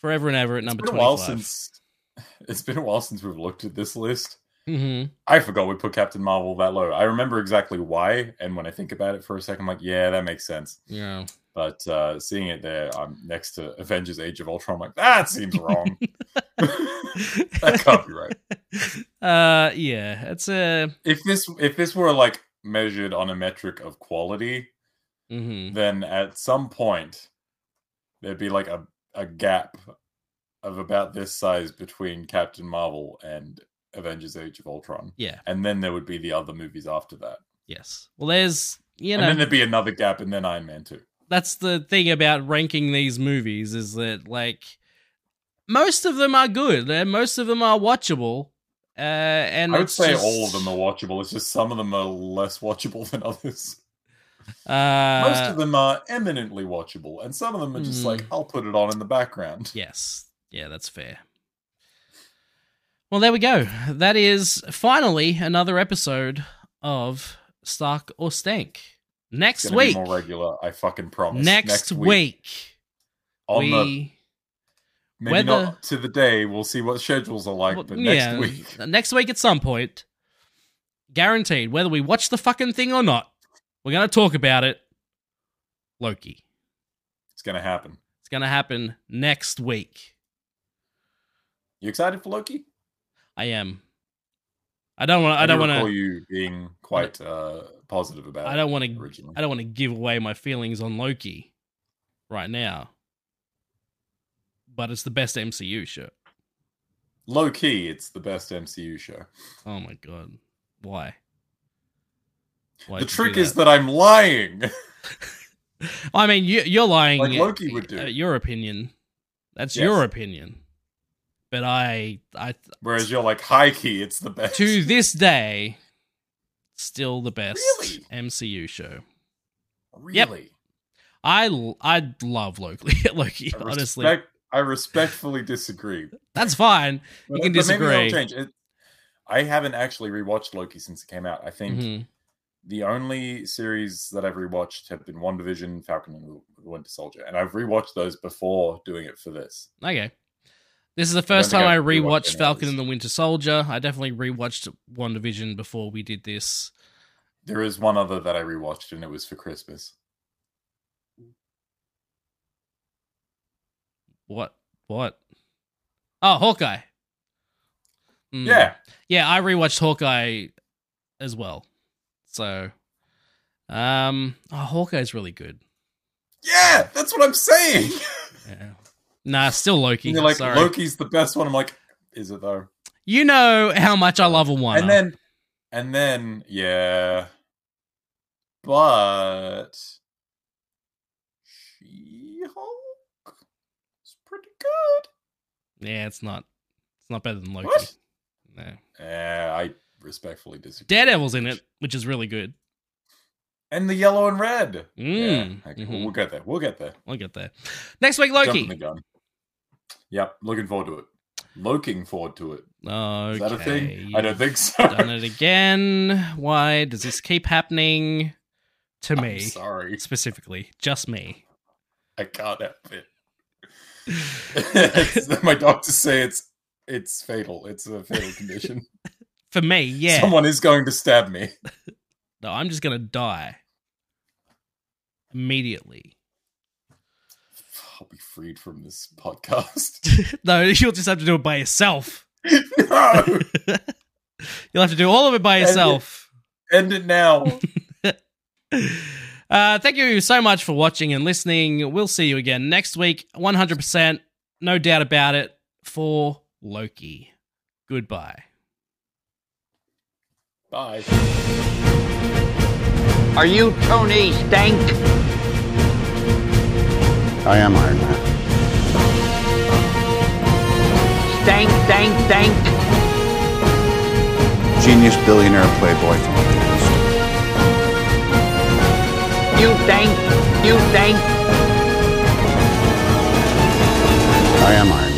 forever and ever at It's number been a 25. while since. It's been a while since we've looked at this list. Mhm. I forgot we put Captain Marvel that low. I remember exactly why, and when I think about it for a second, I'm like, yeah, that makes sense. Yeah. But uh, seeing it there, I'm next to Avengers: Age of Ultron. I'm like, that seems wrong. that can't be right. Uh, yeah, it's a. If this if this were like measured on a metric of quality, mhm. then at some point there'd be like a, a gap of about this size between Captain Marvel and Avengers Age of Ultron. Yeah, And then there would be the other movies after that. yes. Well, there's, you and know. then there'd be another gap and then Iron Man 2. that's the thing about ranking these movies is that like most of them are good and most of them are watchable uh and I would it's say just- all of them are watchable. It's just some of them are less watchable than others. uh Most of them are eminently watchable, and some of them are just Mm. like, I'll put it on in the background. yes yeah that's fair well there we go that is finally another episode of stark or stank Next gonna be week. more regular. I fucking promise. Next, week, on we the maybe whether- not to the day. We'll see what schedules are like, well, but next yeah, week. next week at some point, guaranteed. Whether we watch the fucking thing or not, we're gonna talk about it. Loki. It's gonna happen. It's gonna happen next week. You excited for Loki? I am. I don't want. I don't do want recall to. you being quite uh, positive about. I don't want it to. originally. I don't want to give away my feelings on Loki right now. But it's the best MCU show. Low key, it's the best MCU show. Oh my god, why? Why'd the you do trick is that? that I'm lying. I mean, you, you're lying. Like Loki would do. uh, Your opinion. That's Yes. your opinion. But I, I Whereas you're like, high key, it's the best. to this day, still the best Really? MCU show. Yep. really. I, l- I love Loki. Loki, I honestly, respect- I respectfully disagree. that's fine. But- can but maybe that'll disagree. change. It- I haven't actually rewatched Loki since it came out. I think Mhm. the only series that I've rewatched have been WandaVision, Falcon, and the Winter Soldier, and I've rewatched those before doing it for this. Okay, this is the first think time I I've rewatched any rewatched of Falcon these. and the Winter Soldier. I definitely rewatched WandaVision before we did this. There is one other that I rewatched, and it was for Christmas. What? What? Oh, Hawkeye. Mm. Yeah, Yeah, I rewatched Hawkeye as well. So, um, oh, Hawkeye's really good. yeah, that's what I'm saying. Yeah. Nah, still Loki. And you're like sorry. Loki's the best one. I'm like, is it though? You know how much I love a one. and then, and then, yeah, but She-Hulk is pretty good. yeah, it's not. It's not better than Loki. What? No. Eh, I respectfully disagree. Daredevil's in it, which is really good. and the yellow and red. Mm, Yeah, okay, mhm. we'll get there. We'll get there. I'll get there. Next week, Jumping the Loki. gun. Yep, looking forward to it. Looking forward to it. Okay. Is that a thing? I don't think so. Done it again. Why does this keep happening to I'm me sorry, specifically? Just me. I can't help it. It's- my doctors say it's it's fatal. It's a fatal condition. For me, yeah. Someone is going to stab me. No, I'm just gonna die immediately. I'll be freed from this podcast. no, you'll just have to do it by yourself. no, You'll have to do all of it by And- yourself. end it now. Uh, thank you so much for watching and listening. We'll see you again next week, 100%, no doubt about it, for Loki. Goodbye. Bye. Are you Tony Stank? I am Iron Man. Stank, stank, stank. Genius, billionaire, playboy, philanthropist. You stank. You stank. I am Iron Man.